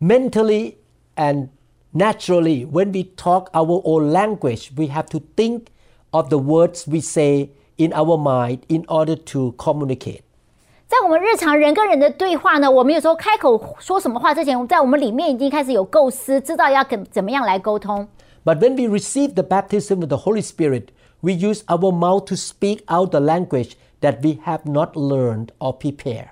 mentally and naturally when we talk our own language we have to think of the words we say in our mind in order to communicate
在我们日常人跟人的对话呢，我们有时候开口说什么话之前，在我们里面已经开始有构思，知道要怎怎么样来沟通。
but when we receive the baptism of the holy spirit we use our mouth to speak out the language that we have not learned or prepared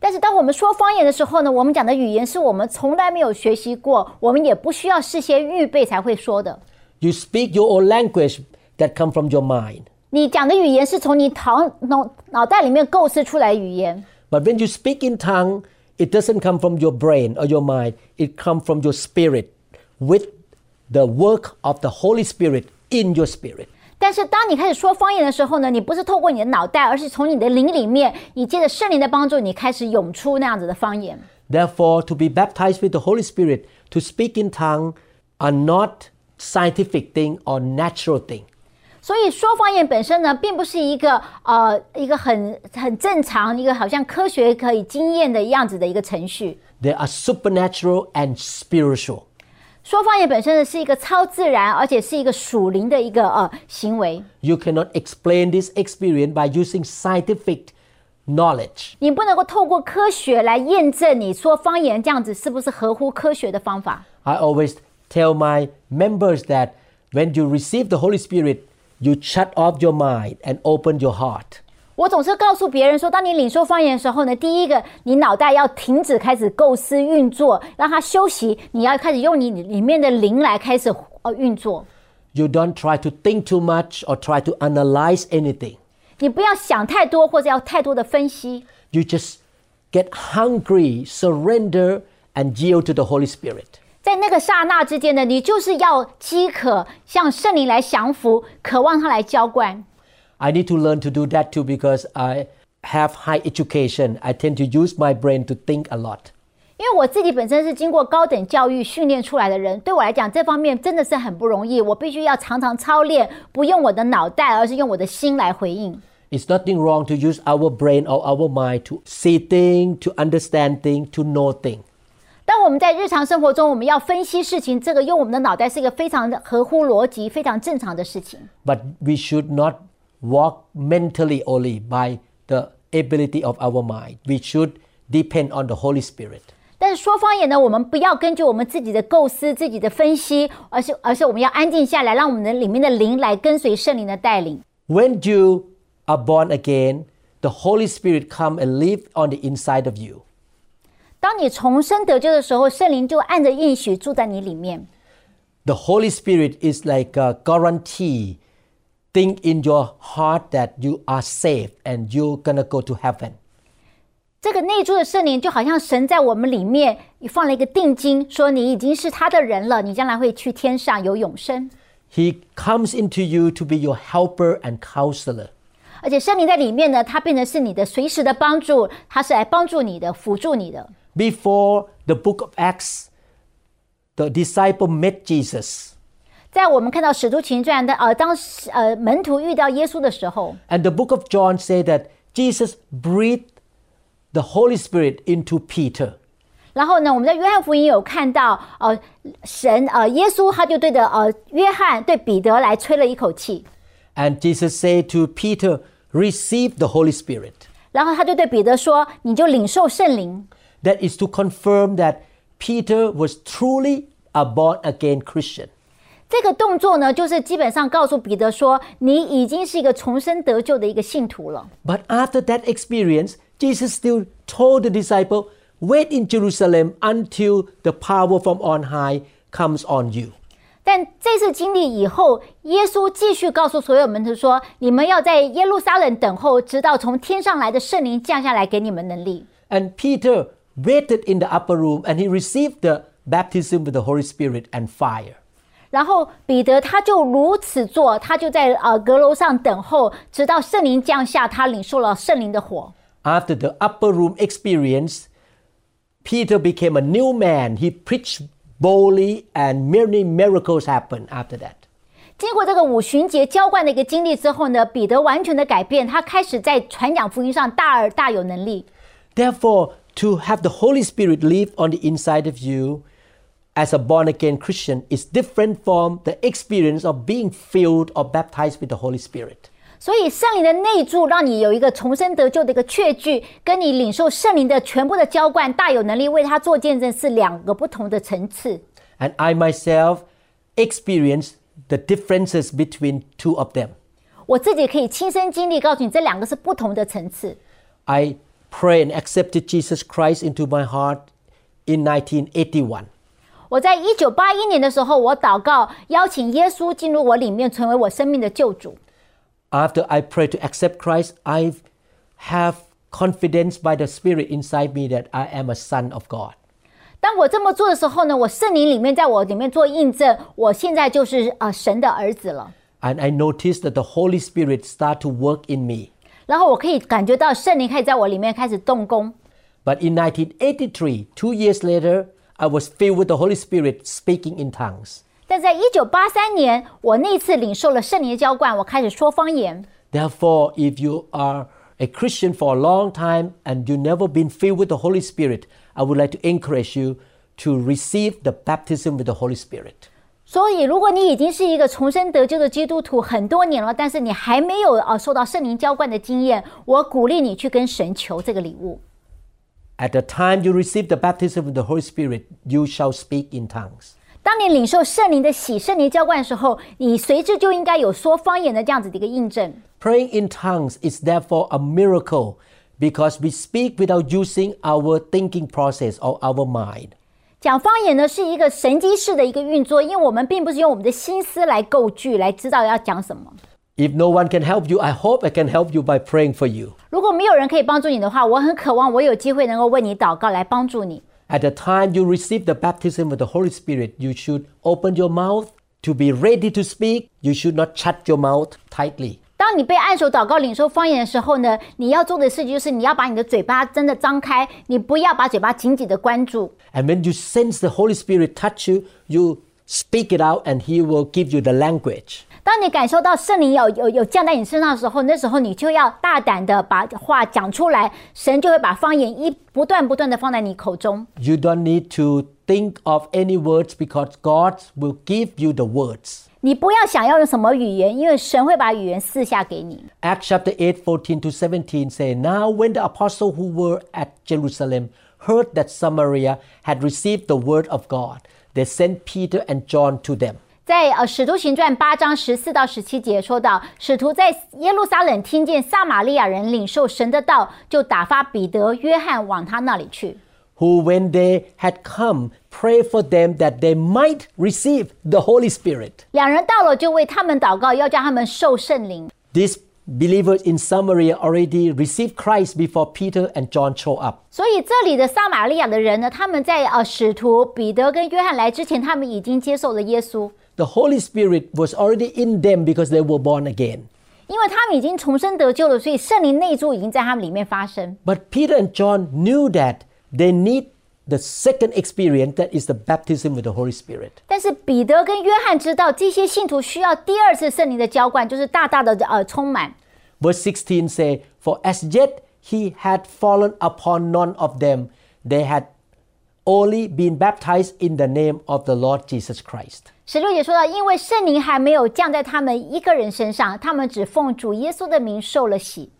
但是当我们说方言的时候呢，我们讲的语言是我们从来没有学习过，我们也不需要事先预备才会说的。
you speak your own language that come from your mind
你讲的语言是从你头脑脑袋里面构思出来的语言，
but when you speak in tongue it doesn't come from your brain or your mind it comes from your spirit with the work of the holy spirit in your spirit
但是当你开始说方言的时候呢，你不是透过你的脑袋，而是从你的灵里面，你借着圣灵的帮助，你开始涌出那样子的方言。
therefore to be baptized with the holy spirit to speak in tongue are not scientific thing or natural thing
所以说方言本身呢，并不是一个呃一个很很正常、一个好像科学可以经验的样子的一个程序。
they are supernatural and spiritual
说方言本身呢是一个超自然，而且是一个属灵的一个呃行为。
you cannot explain this experience by using scientific knowledge
你不能够透过科学来验证你说方言这样子是不是合乎科学的方法。
I always tell my members that when you receive the Holy Spirit, you shut off your mind and open your heart.
我总是告诉别人说，当你领受方言的时候呢，第一个，你脑袋要停止开始构思运作，让它休息，你要开始用你里面的灵来开始呃运作。
You don't try to think too much or try to analyze anything.
你不要想太多，或者要太多的分析，
You just get hungry, surrender, and yield to the Holy Spirit.
在那个刹那之间呢，你就是要饥渴，向圣灵来降服，渴望他来浇灌。
I need to learn to do that too because I have high education. I tend to use my brain to think a lot.
因为我自己本身是经过高等教育训练出来的人，对我来讲这方面真的是很不容易。我必须要常常操练，不用我的脑袋，而是用我的心来回应。
It's nothing wrong to use our brain or our mind to see things, to understand things, to know things.
当我们在日常生活中，我们要分析事情，这个用我们的脑袋是一个非常合乎逻辑、非常正常的事情。
But we should not walk mentally only by the ability of our mind. We should depend on the Holy Spirit.
但是说方言呢，我们不要根据我们自己的构思、自己的分析，而是而是我们要安静下来，让我们的里面的灵来跟随圣灵的带领。
When you are born again, the Holy Spirit come and live on the inside of you.
当你重生得救的时候，圣灵就按着应许住在你里面。
The Holy Spirit is like a guarantee. Think in your heart that you are saved and you're gonna go to heaven.
这个内住的圣灵就好像神在我们里面放了一个定金，说你已经是他的人了，你将来会去天上有永生。
He comes into you to be your helper and counselor.
而且圣灵在里面呢，它变成是你的随时的帮助，它是来帮助你的、辅助你的。
Before the book of Acts, the disciple met Jesus.
在我们看到《使徒行传》的呃，当时呃门徒遇到耶稣的时候，
And the book of John said that Jesus breathed the Holy Spirit into Peter.
然后呢，我们在约翰福音有看到呃神呃耶稣他就对着呃约翰对彼得来吹了一口气，
And Jesus said to Peter, Receive the Holy Spirit.
然后他就对彼得说：“你就领受圣灵。”
That is to confirm that Peter was truly a born again Christian.
这个动作呢，就是基本上告诉彼得说，你已经是一个重生得救的一个信徒了。
But after that experience, Jesus still told the disciple, Wait in Jerusalem until the power from on high comes on you.
但这次经历以后，耶稣继续告诉所有门徒说：“你们要在耶路撒冷等候，直到从天上来的圣灵降下来给你们能力。
And Peter waited in the upper room and he received the baptism with the Holy Spirit and fire. ”
然后彼得他就如此做，他就在呃阁楼上等候，直到圣灵降下，他领受了圣灵的火。
After the upper room experience, Peter became a new man. He preached boldly and many miracles happened after that.
经过这个五旬节浇灌的一个经历之后呢，彼得完全的改变，他开始在传讲福音上大而大有能力。
Therefore, to have the Holy Spirit live on the inside of you as a born again Christian is different from the experience of being filled or baptized with the Holy Spirit.
所以圣灵的内住，让你有一个重生得救的一个确据，跟你领受圣灵的全部的浇灌，大有能力为他做见证，是两个不同的层次。
And I myself experienced the differences between two of them.
我自己可以亲身经历，告诉你这两个是不同的层次。
I prayed and accepted Jesus Christ into my heart in 1981.
我在一九八一年的时候，我祷告邀请耶稣进入我里面，成为我生命的救主。
After I prayed to accept Christ, I have confidence by the Spirit inside me that I am a son of God.
当我这么做的时候呢，我圣灵里面在我里面做印证，我现在就是呃神的儿子了。
And I noticed that the Holy Spirit started to work in me.
然后我可以感觉到圣灵开始在我里面开始动工。
But in 1983, two years later, I was filled with the Holy Spirit speaking in tongues.
但在一九八三年，我那次领受了圣灵的浇灌，我开始说方言。
Therefore, if you are a Christian for a long time and you've never been filled with the Holy Spirit, I would like to encourage you to receive the baptism with the Holy Spirit.
所以，如果你已经是一个重生得救的基督徒很多年了，但是你还没有呃受到圣灵浇灌的经验，我鼓励你去跟神求这个礼物。
At the time you receive the baptism with the Holy Spirit, you shall speak in tongues.
当你领受圣灵的喜、圣灵浇灌的时候，你随之就应该有说方言的这样子的一个印证。
Praying in tongues is therefore a miracle because we speak without using our thinking process or our mind.
讲方言呢是一个神机式的一个运作，因为我们并不是用我们的心思来构句，来知道要讲什么。
If no one can help you, I hope I can help you by praying for you.
如果没有人可以帮助你的话，我很渴望我有机会能够为你祷告，来帮助你。
At the time you receive the baptism with the Holy Spirit, you should open your mouth to be ready to speak. You should not shut your mouth tightly.
当你被按手祷告、领受方言的时候呢，你要做的事情就是你要把你的嘴巴真的张开，你不要把嘴巴紧紧的关住。
And when you sense the Holy Spirit touch you, you speak it out and He will give you the language.
当你感受到圣灵有有有降在你身上的时候，那时候你就要大胆的把话讲出来，神就会把方言一不断不断的放在你口中。
You don't need to think of any words because God will give you the words.
你不要想要用什么语言，因为神会把语言赐下给你。
Acts chapter 8, 14 to 17 say, Now when the apostles who were at Jerusalem heard that Samaria had received the word of God, they sent Peter and John to them.
在呃《使徒行传》八章十四到十七节说到，使徒在耶路撒冷听见撒玛利亚人领受神的道，就打发彼得、约翰往他那里去。
who, when they had come, prayed for them that they might receive the Holy Spirit.
两人到了，就为他们祷告，要叫他们受圣灵。
These believers in Samaria already received Christ before Peter and John show up.
所以这里的撒玛利亚的人呢，他们在呃使徒彼得跟约翰来之前，他们已经接受了耶稣，
The Holy Spirit was already in them because they were born again.
因为他们已经重生得救了，所以圣灵内住已经在他们里面发生。
But Peter and John knew that they need the second experience that is the baptism with the Holy Spirit.
但是彼得跟约翰知道，这些信徒需要第二次圣灵的浇灌，就是大大的呃充满。
Verse 16 say, For as yet he had fallen upon none of them. They had only been baptized in the name of the Lord Jesus Christ.
十六节说到，因为圣灵还没有降在他们一个人身上，他们只奉主耶稣的名受了洗。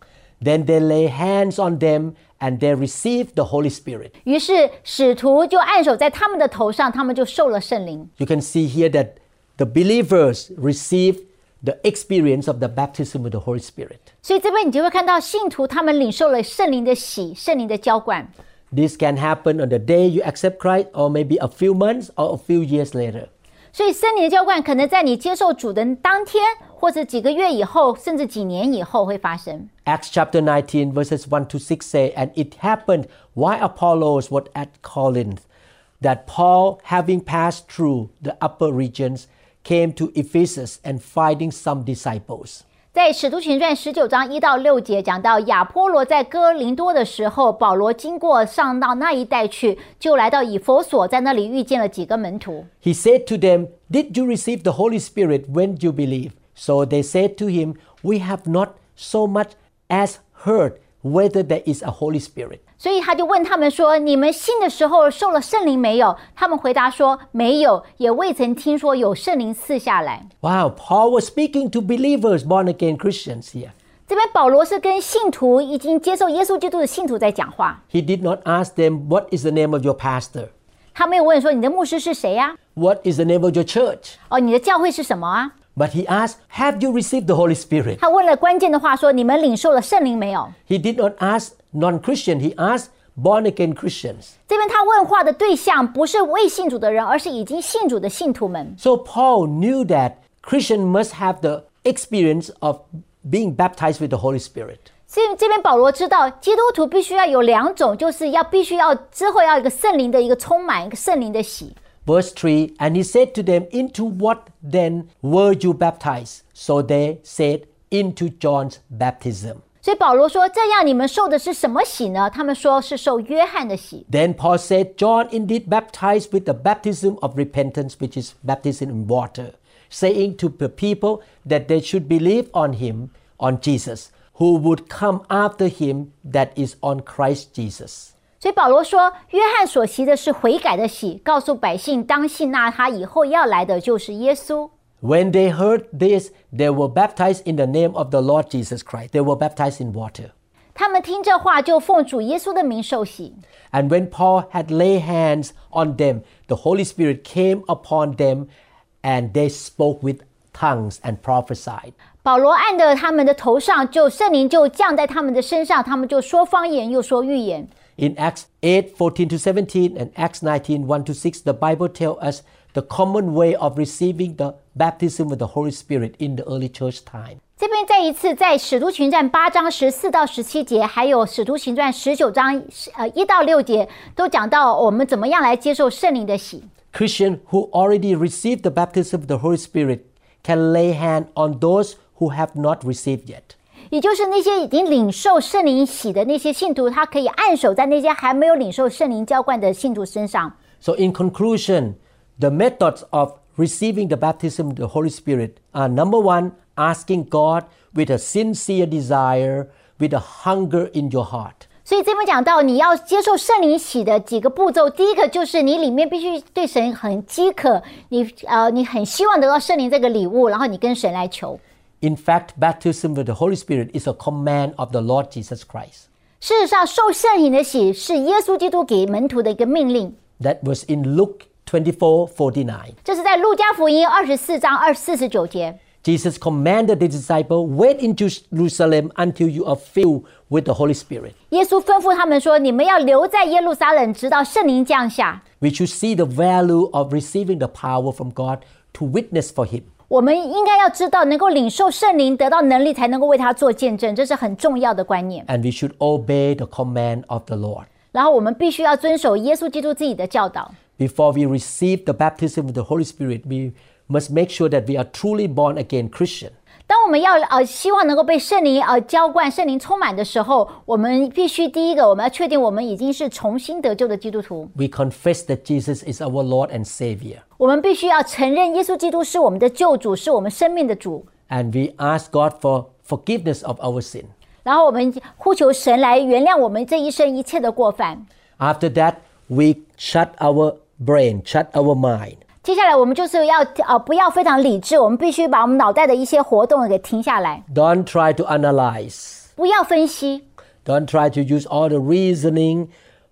Then they lay hands on them and they received the Holy Spirit.
于是使徒就按手在他们的头上，他们就受了圣灵。
You can see here that the believers received the experience of the baptism with the Holy Spirit.
所以这边你就会看到信徒他们领受了圣灵的洗，圣灵的浇灌。
This can happen on the day you accept Christ, or maybe a few months or a few years later.
所以圣灵的浇灌可能在你接受主的当天，或者几个月以后，甚至几年以后会发生。
Acts chapter 19, verses 1 to 6 say, And it happened while Apollos was at Corinth, that Paul, having passed through the upper regions, came to Ephesus and finding some disciples.
在《使徒行传》十九章一到六节讲到，亚波罗在哥林多的时候，保罗经过上到那一带去，就来到以佛所，在那里遇见了几个门徒。
He said to them, Did you receive the Holy Spirit when you believed? So they said to him, We have not so much as heard whether there is a Holy Spirit.
所以他就问他们说：“你们信的时候受了圣灵没有？”他们回答说：“没有，也未曾听说有圣灵赐下来。
Wow, Paul was speaking to believers, born again Christians here. ”
这边保罗是跟信徒，已经接受耶稣基督的信徒在讲话，
He did not ask them, What is the name of your pastor?
他没有问说你的牧师是谁呀、
What is the name of your church?
哦，你的教会是什么啊？
But he asked, Have you received the Holy Spirit?
他问了关键的话说：“你们领受了圣灵没有？”
He did not ask non Christian, he asked born again Christians.
这边他问话的对象不是未信主的人，而是已经信主的信徒们。
So Paul knew that Christian must have the experience of being baptized with the Holy Spirit.
所以这边保罗知道，基督徒必须要有两种，就是要必须要之后要一个圣灵的一个充满，一个圣灵的喜。
Verse 3 And he said to them, Into what then were you baptized? So they said, Into John's baptism.
所以保罗说：“这样你们受的是什么喜呢？”他们说是受约翰的喜。
Then Paul said, John indeed baptized with the baptism of repentance, which is baptism in water, saying to the people that they should believe on him, on Jesus, who would come after him, that is on Christ Jesus.
所以保罗说，约翰所习的是悔改的喜，告诉百姓当信那他以后要来的就是耶稣。
When they heard this, they were baptized in the name of the Lord Jesus Christ. They were baptized in water.
他们听这话，就奉主耶稣的名受洗。
And when Paul had laid hands on them, the Holy Spirit came upon them, and they spoke with tongues and prophesied.
保罗按着他们的头上，就圣灵就降在他们的身上，他们就说方言，又说预言。
In Acts 8 14 to 17 and Acts 19 1 to 6, the Bible tells us the common way of receiving the baptism with the Holy Spirit in the early church time.
这边再一次在《使徒行传》八章十四到十七节，还有《使徒行传》十九章呃一到六节，都讲到我们怎么样来接受圣灵的洗。
Christians who already received the baptism of the Holy Spirit can lay hand on those who have not received yet.
也就是那些已经领受圣灵洗的那些信徒，他可以按手在那些还没有领受圣灵浇灌的信徒身上。
So, in conclusion, the methods of receiving the baptism of the Holy Spirit are number one, asking God with a sincere desire, with a hunger in your heart.
所以这边讲到，你要接受圣灵洗的几个步骤，第一个就是你里面必须对神很饥渴，你呃你很希望得到圣灵这个礼物，然后你跟神来求。
In fact, baptism with the Holy Spirit is a command of the Lord Jesus Christ.
事实上，受圣灵的洗是耶稣基督给门徒的一个命令，
That was in Luke 24 49.
这是在路加福音二十四章二四十九节。
Jesus commanded the disciple, Wait in Jerusalem until you are filled with the Holy Spirit.
耶稣吩咐他们说：“你们要留在耶路撒冷，直到圣灵降下。
We should see the value of receiving the power from God to witness for Him. ”
我们应该要知道，能够领受圣灵，得到能力，才能够为他做见证，这是很重要的观念。
And we should obey the command of the Lord.
然后，我们必须要遵守耶稣基督自己的教导。
Before we receive the baptism with the Holy Spirit, we must make sure that we are truly born again Christian.
当我们要呃希望能够被圣灵呃浇灌、圣灵充满的时候，我们必须第一个，我们要呃确定我们已经是重新得救的基督徒。
We confess that Jesus is our Lord and Savior.
我们必须要承认耶稣基督是我们的救主，是我们生命的主。
and we ask God for forgiveness of our sin.
然后我们呼求神来原谅我们这一生一切的过犯。
After that, we shut our brain, shut our mind.
接下来我们就是要呃不要非常理智，我们必须把我们脑袋的一些活动给停下来，
Don't try to analyze.
不要分析，
Don't try to use all the reasoning,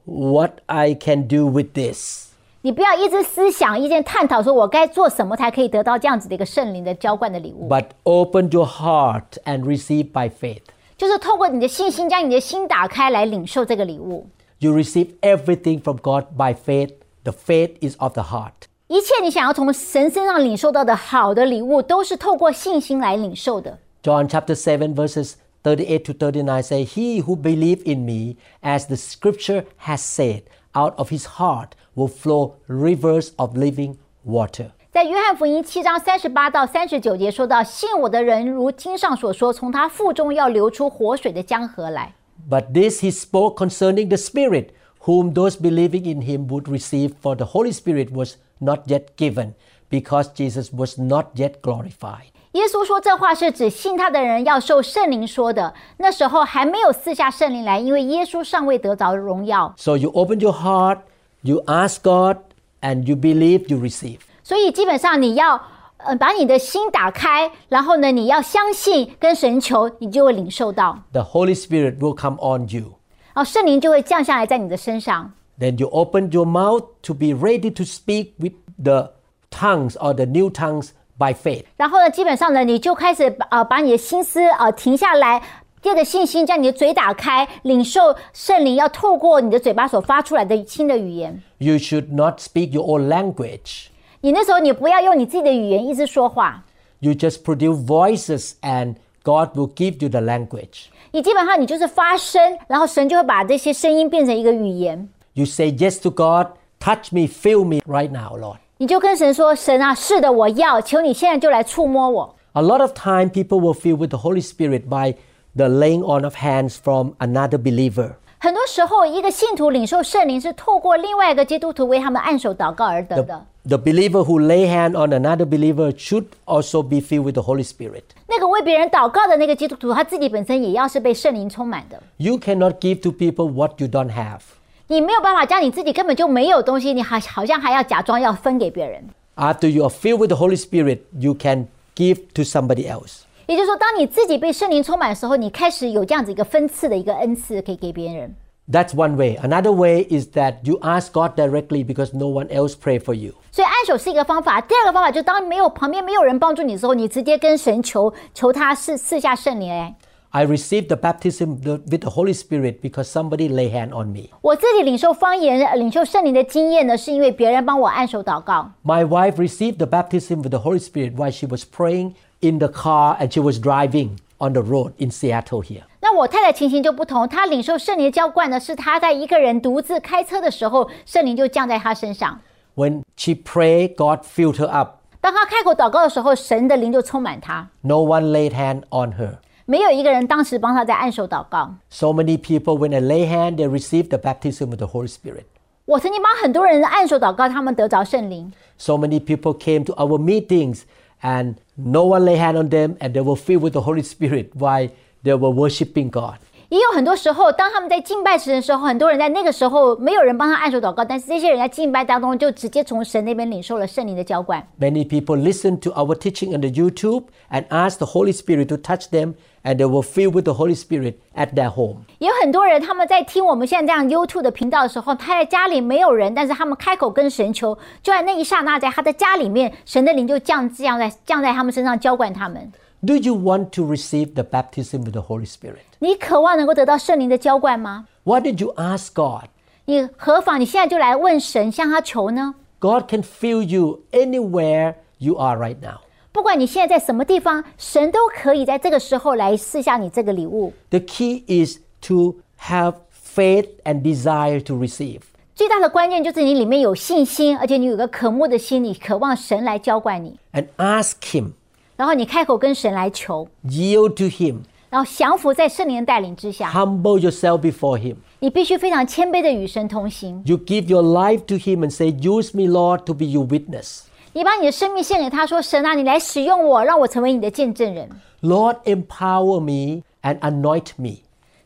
what I can do with this.
你不要一直思想、一直探讨，说我该做什么才可以得到这样子的一个圣灵的浇灌的礼物，
But open your heart and receive by faith.
就是透过你的信心，将你的心打开来领受这个礼物。
You receive everything from God by faith. The faith is of the heart.
一切你想要从神身上领受到的好的礼物，都是透过信心来领受的。
John chapter 7 verses 38 to 39 say, He who believes in me, as the scripture has said, out of his heart will flow rivers of living water.
在约翰福音七章三十八到三十九节说到：“信我的人，如经上所说，从他腹中要流出活水的江河来。
But this he spoke concerning the Spirit, whom those believing in him would receive, for the Holy Spirit was not yet given, because Jesus was not yet glorified. ”
耶稣说这话是指信他的人要受圣灵说的。那时候还没有赐下圣灵来，因为耶稣尚未得着荣耀。
So you open your heart, you ask God, and you believe you receive.
所以基本上你要，呃，把你的心打开，然后呢，你要相信跟神求，你就会领受到，
The Holy Spirit will come on you.
然后圣灵就会降下来在你的身上。
Then you open your mouth to be ready to speak with the tongues or the new tongues by faith.
然后呢，基本上呢，你就开始把呃把你的心思呃停下来，借着信心将你的嘴打开，领受圣灵要透过你的嘴巴所发出来的新的语言。
You should not speak your own language.
你那时候你不要用你自己的语言一直说话，
You just produce voices and God will give you the language.
你基本上你就是发声，然后神就会把这些声音变成一个语言。
You say yes to God, touch me, feel me right now, Lord.
你就跟神说：“神啊，是的，我要，求你现在就来触摸我。
A lot of time people will fill with the Holy Spirit by the laying on of hands from another believer. ”
很多时候，一个信徒领受圣灵是透过另外一个基督徒为他们按手祷告而得
The-
的。
the believer who lay hand on another believer should also be filled with the Holy Spirit.
那个为别人祷告的那个基督徒，他自己本身也要是被圣灵充满的。
You cannot give to people what you don't have.
你没有办法将你自己根本就没有东西，你还好像还要假装要分给别人。
After you are filled with the Holy Spirit, you can give to somebody else.
也就是说，当你自己被圣灵充满的时候，你开始有这样子一个分次的一个恩赐可以给别人。
That's one way. Another way is that you ask God directly because no one else pray for you.
所以按手是一个方法，第二个方法就是当没有旁边没有人帮助你的时候，你直接跟神求，求他赐赐下圣灵哎来。
I received the baptism the- with the Holy Spirit because somebody lay hand on me.
我自己领受方言、呃领受圣灵的经验呢，是因为别人帮我按手祷告。
My wife received the baptism with the Holy Spirit while she was praying in the car and she was driving on the road in Seattle here.
那我太太情形就不同，她领受圣灵的浇灌呢，是她在一个人独自开车的时候，圣灵就降在她身上。
When she prayed, God filled her up.
当他开口祷告的时候，神的灵就充满他。
No one laid hand on her.
没有一个人当时帮他在按手祷告。
So many people, when they lay hand, they receive the baptism with the Holy Spirit.
我曾经帮很多人按手祷告，他们得着圣灵。
So many people came to our meetings and no one lay hand on them and they were filled with the Holy Spirit while they were worshiping God.
也有很多时候，当他们在敬拜神的时候，很多人在那个时候没有人帮他按手祷告，但是这些人在敬拜当中就直接从神那边领受了圣灵的浇灌。
Many people listened to our teaching on the YouTube and asked the Holy Spirit to touch them and they were filled with the Holy Spirit at their home.
也有很多人他们在听我们现在这样 YouTube 的频道的时候，他在家里没有人，但是他们开口跟神求，就在那一刹那，在他的家里面，神的灵就降降在降在他们身上浇灌他们。
Do you want to receive the baptism with the Holy Spirit?
你渴望能够得到圣灵的浇灌吗？
What did you ask God?
你何妨你现在就来问神，向他求呢？
God can fill you anywhere you are right now.
不管你现在在什么地方，神都可以在这个时候来赐下你这个礼物。
The key is to have faith and desire to receive.
最大的关键就是你里面有信心，而且你有个渴慕的心，你渴望神来浇灌你，
and ask Him,
然后你开口跟神来求，
yield to Him,
然后降服在圣灵的带领之下。
humble yourself before Him.
你必须非常谦卑的与神同行，
You give your life to Him and say, Use me, Lord, to be your witness.
你把你的生命献给他，说：“神啊，你来使用我，让我成为你的见证人。
Lord, empower me and anoint me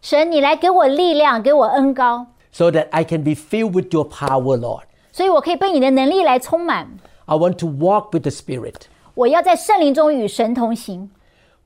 神，你来给我力量，给我恩高，
so that I can be filled with your power, Lord.
所以我可以被你的能力来充满。
I want to walk with the Spirit.
我要在圣灵中与神同行。”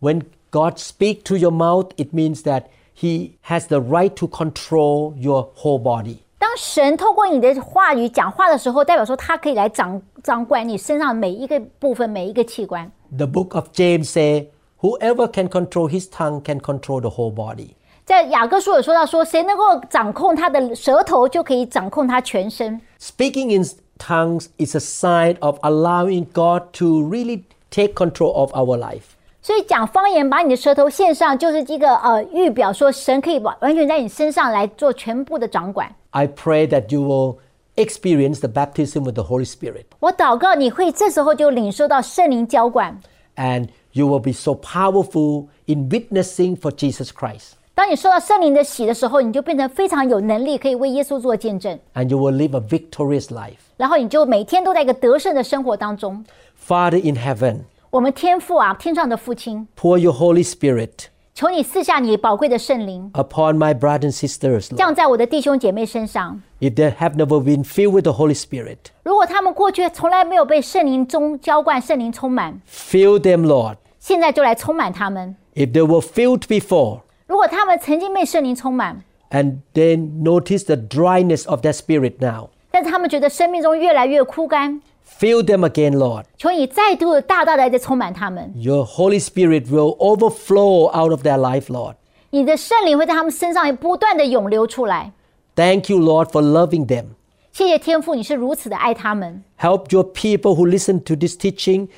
When God speaks to your mouth, it means that He has the right to control your whole body.
当神透过你的话语讲话的时候，代表说他可以来掌掌管你身上每一个部分、每一个器官。
The book of James say, whoever can control his tongue can control the whole body.
在雅各书有说到说，谁能够掌控他的舌头，就可以掌控他全身。
Speaking in tongues is a sign of allowing God to really take control of our life.
所以讲方言，把你的舌头献上，就是一个呃预呃表，说神可以把完全在你身上来做全部的掌管。
I pray that you will experience the baptism with the Holy Spirit
我祷告你会这时候就领受到圣灵浇灌。
and you will be so powerful in witnessing for Jesus Christ.
当你受到圣灵的洗的时候，你就变成非常有能力，可以为耶稣做见证。
and you will live a victorious life.
然后你就每天都在一个得胜的生活当中。
Father in heaven,
我们天父啊，天上的父亲，
pour your Holy Spirit
求你赐下你宝贵的圣灵，
upon my brothers and sisters. Lord.
降在我的弟兄姐妹身上。
If they have never been filled with the Holy Spirit,
如果他们过去从来没有被圣灵中浇灌，圣灵充满，
fill them, Lord.
现在就来充满他们。
If they were filled before
如果他们曾经被圣灵充满，
and then notice the dryness of their spirit now,
但是他们觉得生命中越来越枯干，
fill them again, Lord.
求你再度地大大的再充满他们。
Your Holy Spirit will overflow out of their life, Lord.
你的圣灵会在他们身上不断的涌流出来。
Thank you, Lord, for loving them.
谢谢天父，你是如此的爱他们。
Help your people who listen to this teaching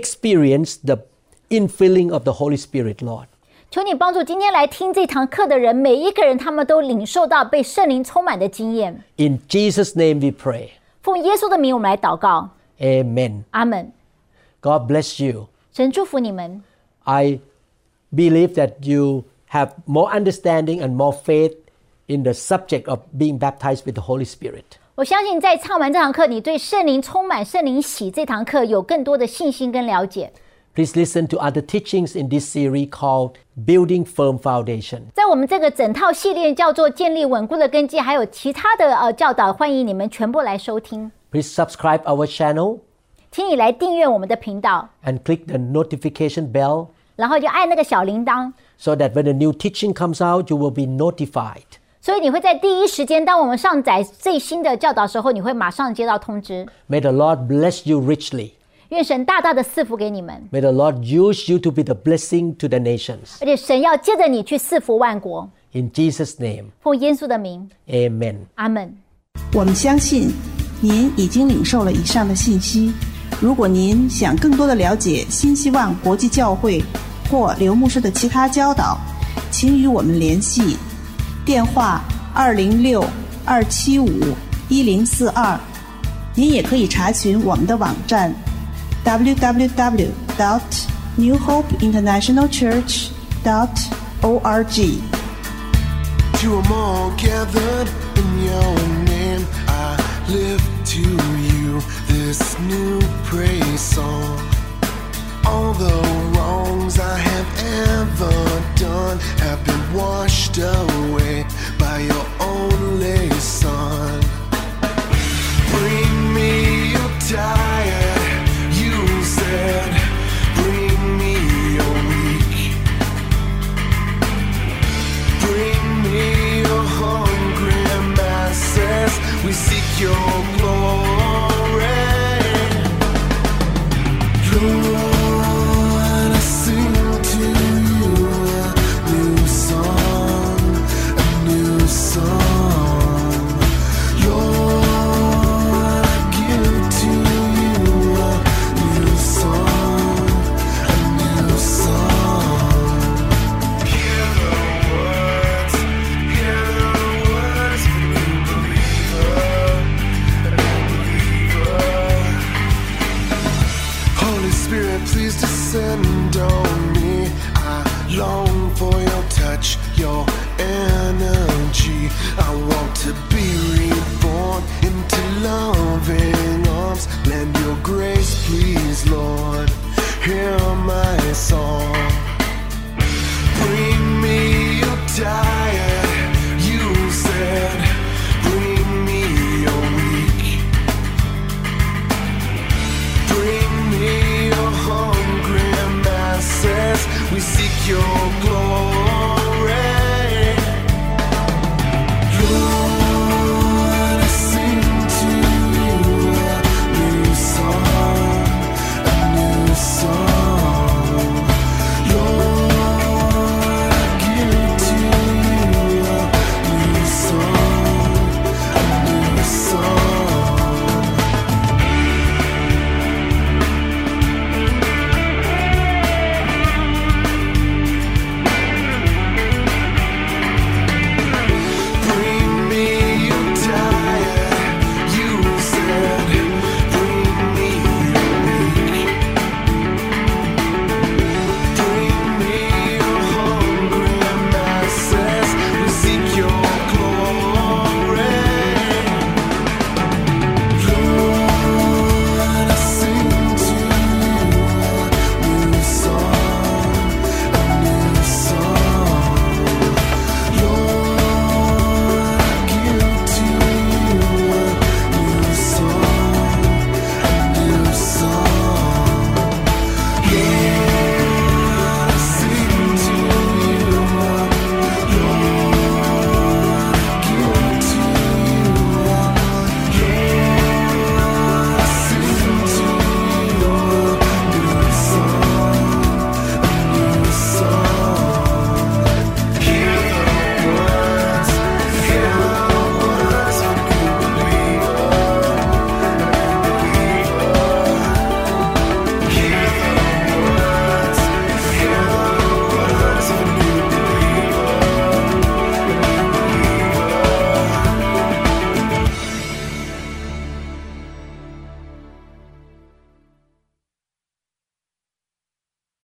experience the infilling of the Holy Spirit, Lord.
求你帮助今天来听这堂课的人，每一个人他们都领受到被圣灵充满的经验。
In Jesus' name we pray.
奉耶稣的名，我们来祷告，
Amen.
阿门。
God bless you.
神祝福你们。
I believe that you have more understanding and more faith in the subject of being baptized with the Holy Spirit.
我相信在唱完这堂课，你对圣灵充满、圣灵喜这堂课有更多的信心跟了解。
Please listen to other teachings in this series called Building Firm Foundation.
在我们这个整套系列叫做“建立稳固的根基”，还有其他的呃教导，欢迎你们全部来收听。
Please subscribe our channel
请你来订阅我们的频道，
and click the notification bell
然后就按那个小铃铛，
so that when a new teaching comes out, you will be notified.
所以你会在第一时间，当我们上载最新的教导时候，你会马上接到通知。
May the Lord bless you richly.
愿神大大的赐福给你们，
May the Lord use you to be the blessing to the nations.
而且神要接着你去赐福万国。
In Jesus' name,
奉耶稣的名，
amen.
阿门。
我们相信您已经领受了以上的信息。如果您想更多的了解新希望国际教会或刘牧师的其他教导，请与我们联系，电话二零六二七五一零四二。您也可以查询我们的网站 www. dot New Hope International Church. dot org。
to 'em all gathered in your name. I lift to you this new praise song. All the wrongs I have ever done have been washed away by your only son. Bring me your tired, you said. Bring me your weak. Bring me your hungry masses. We seek your glory. Lord, I sing to you a new song, a new song. Lord, I give to you a new song, a new song. Hear the words, hear the words from you, believer, believer. Holy Spirit, please descend on me. I long for your touch, your energy. I want to be reborn into loving arms. Lend your grace, please, Lord. Hear my song. Bring me your tired, you said. Bring me your weak. Bring me your hungry masses. We seek your glory.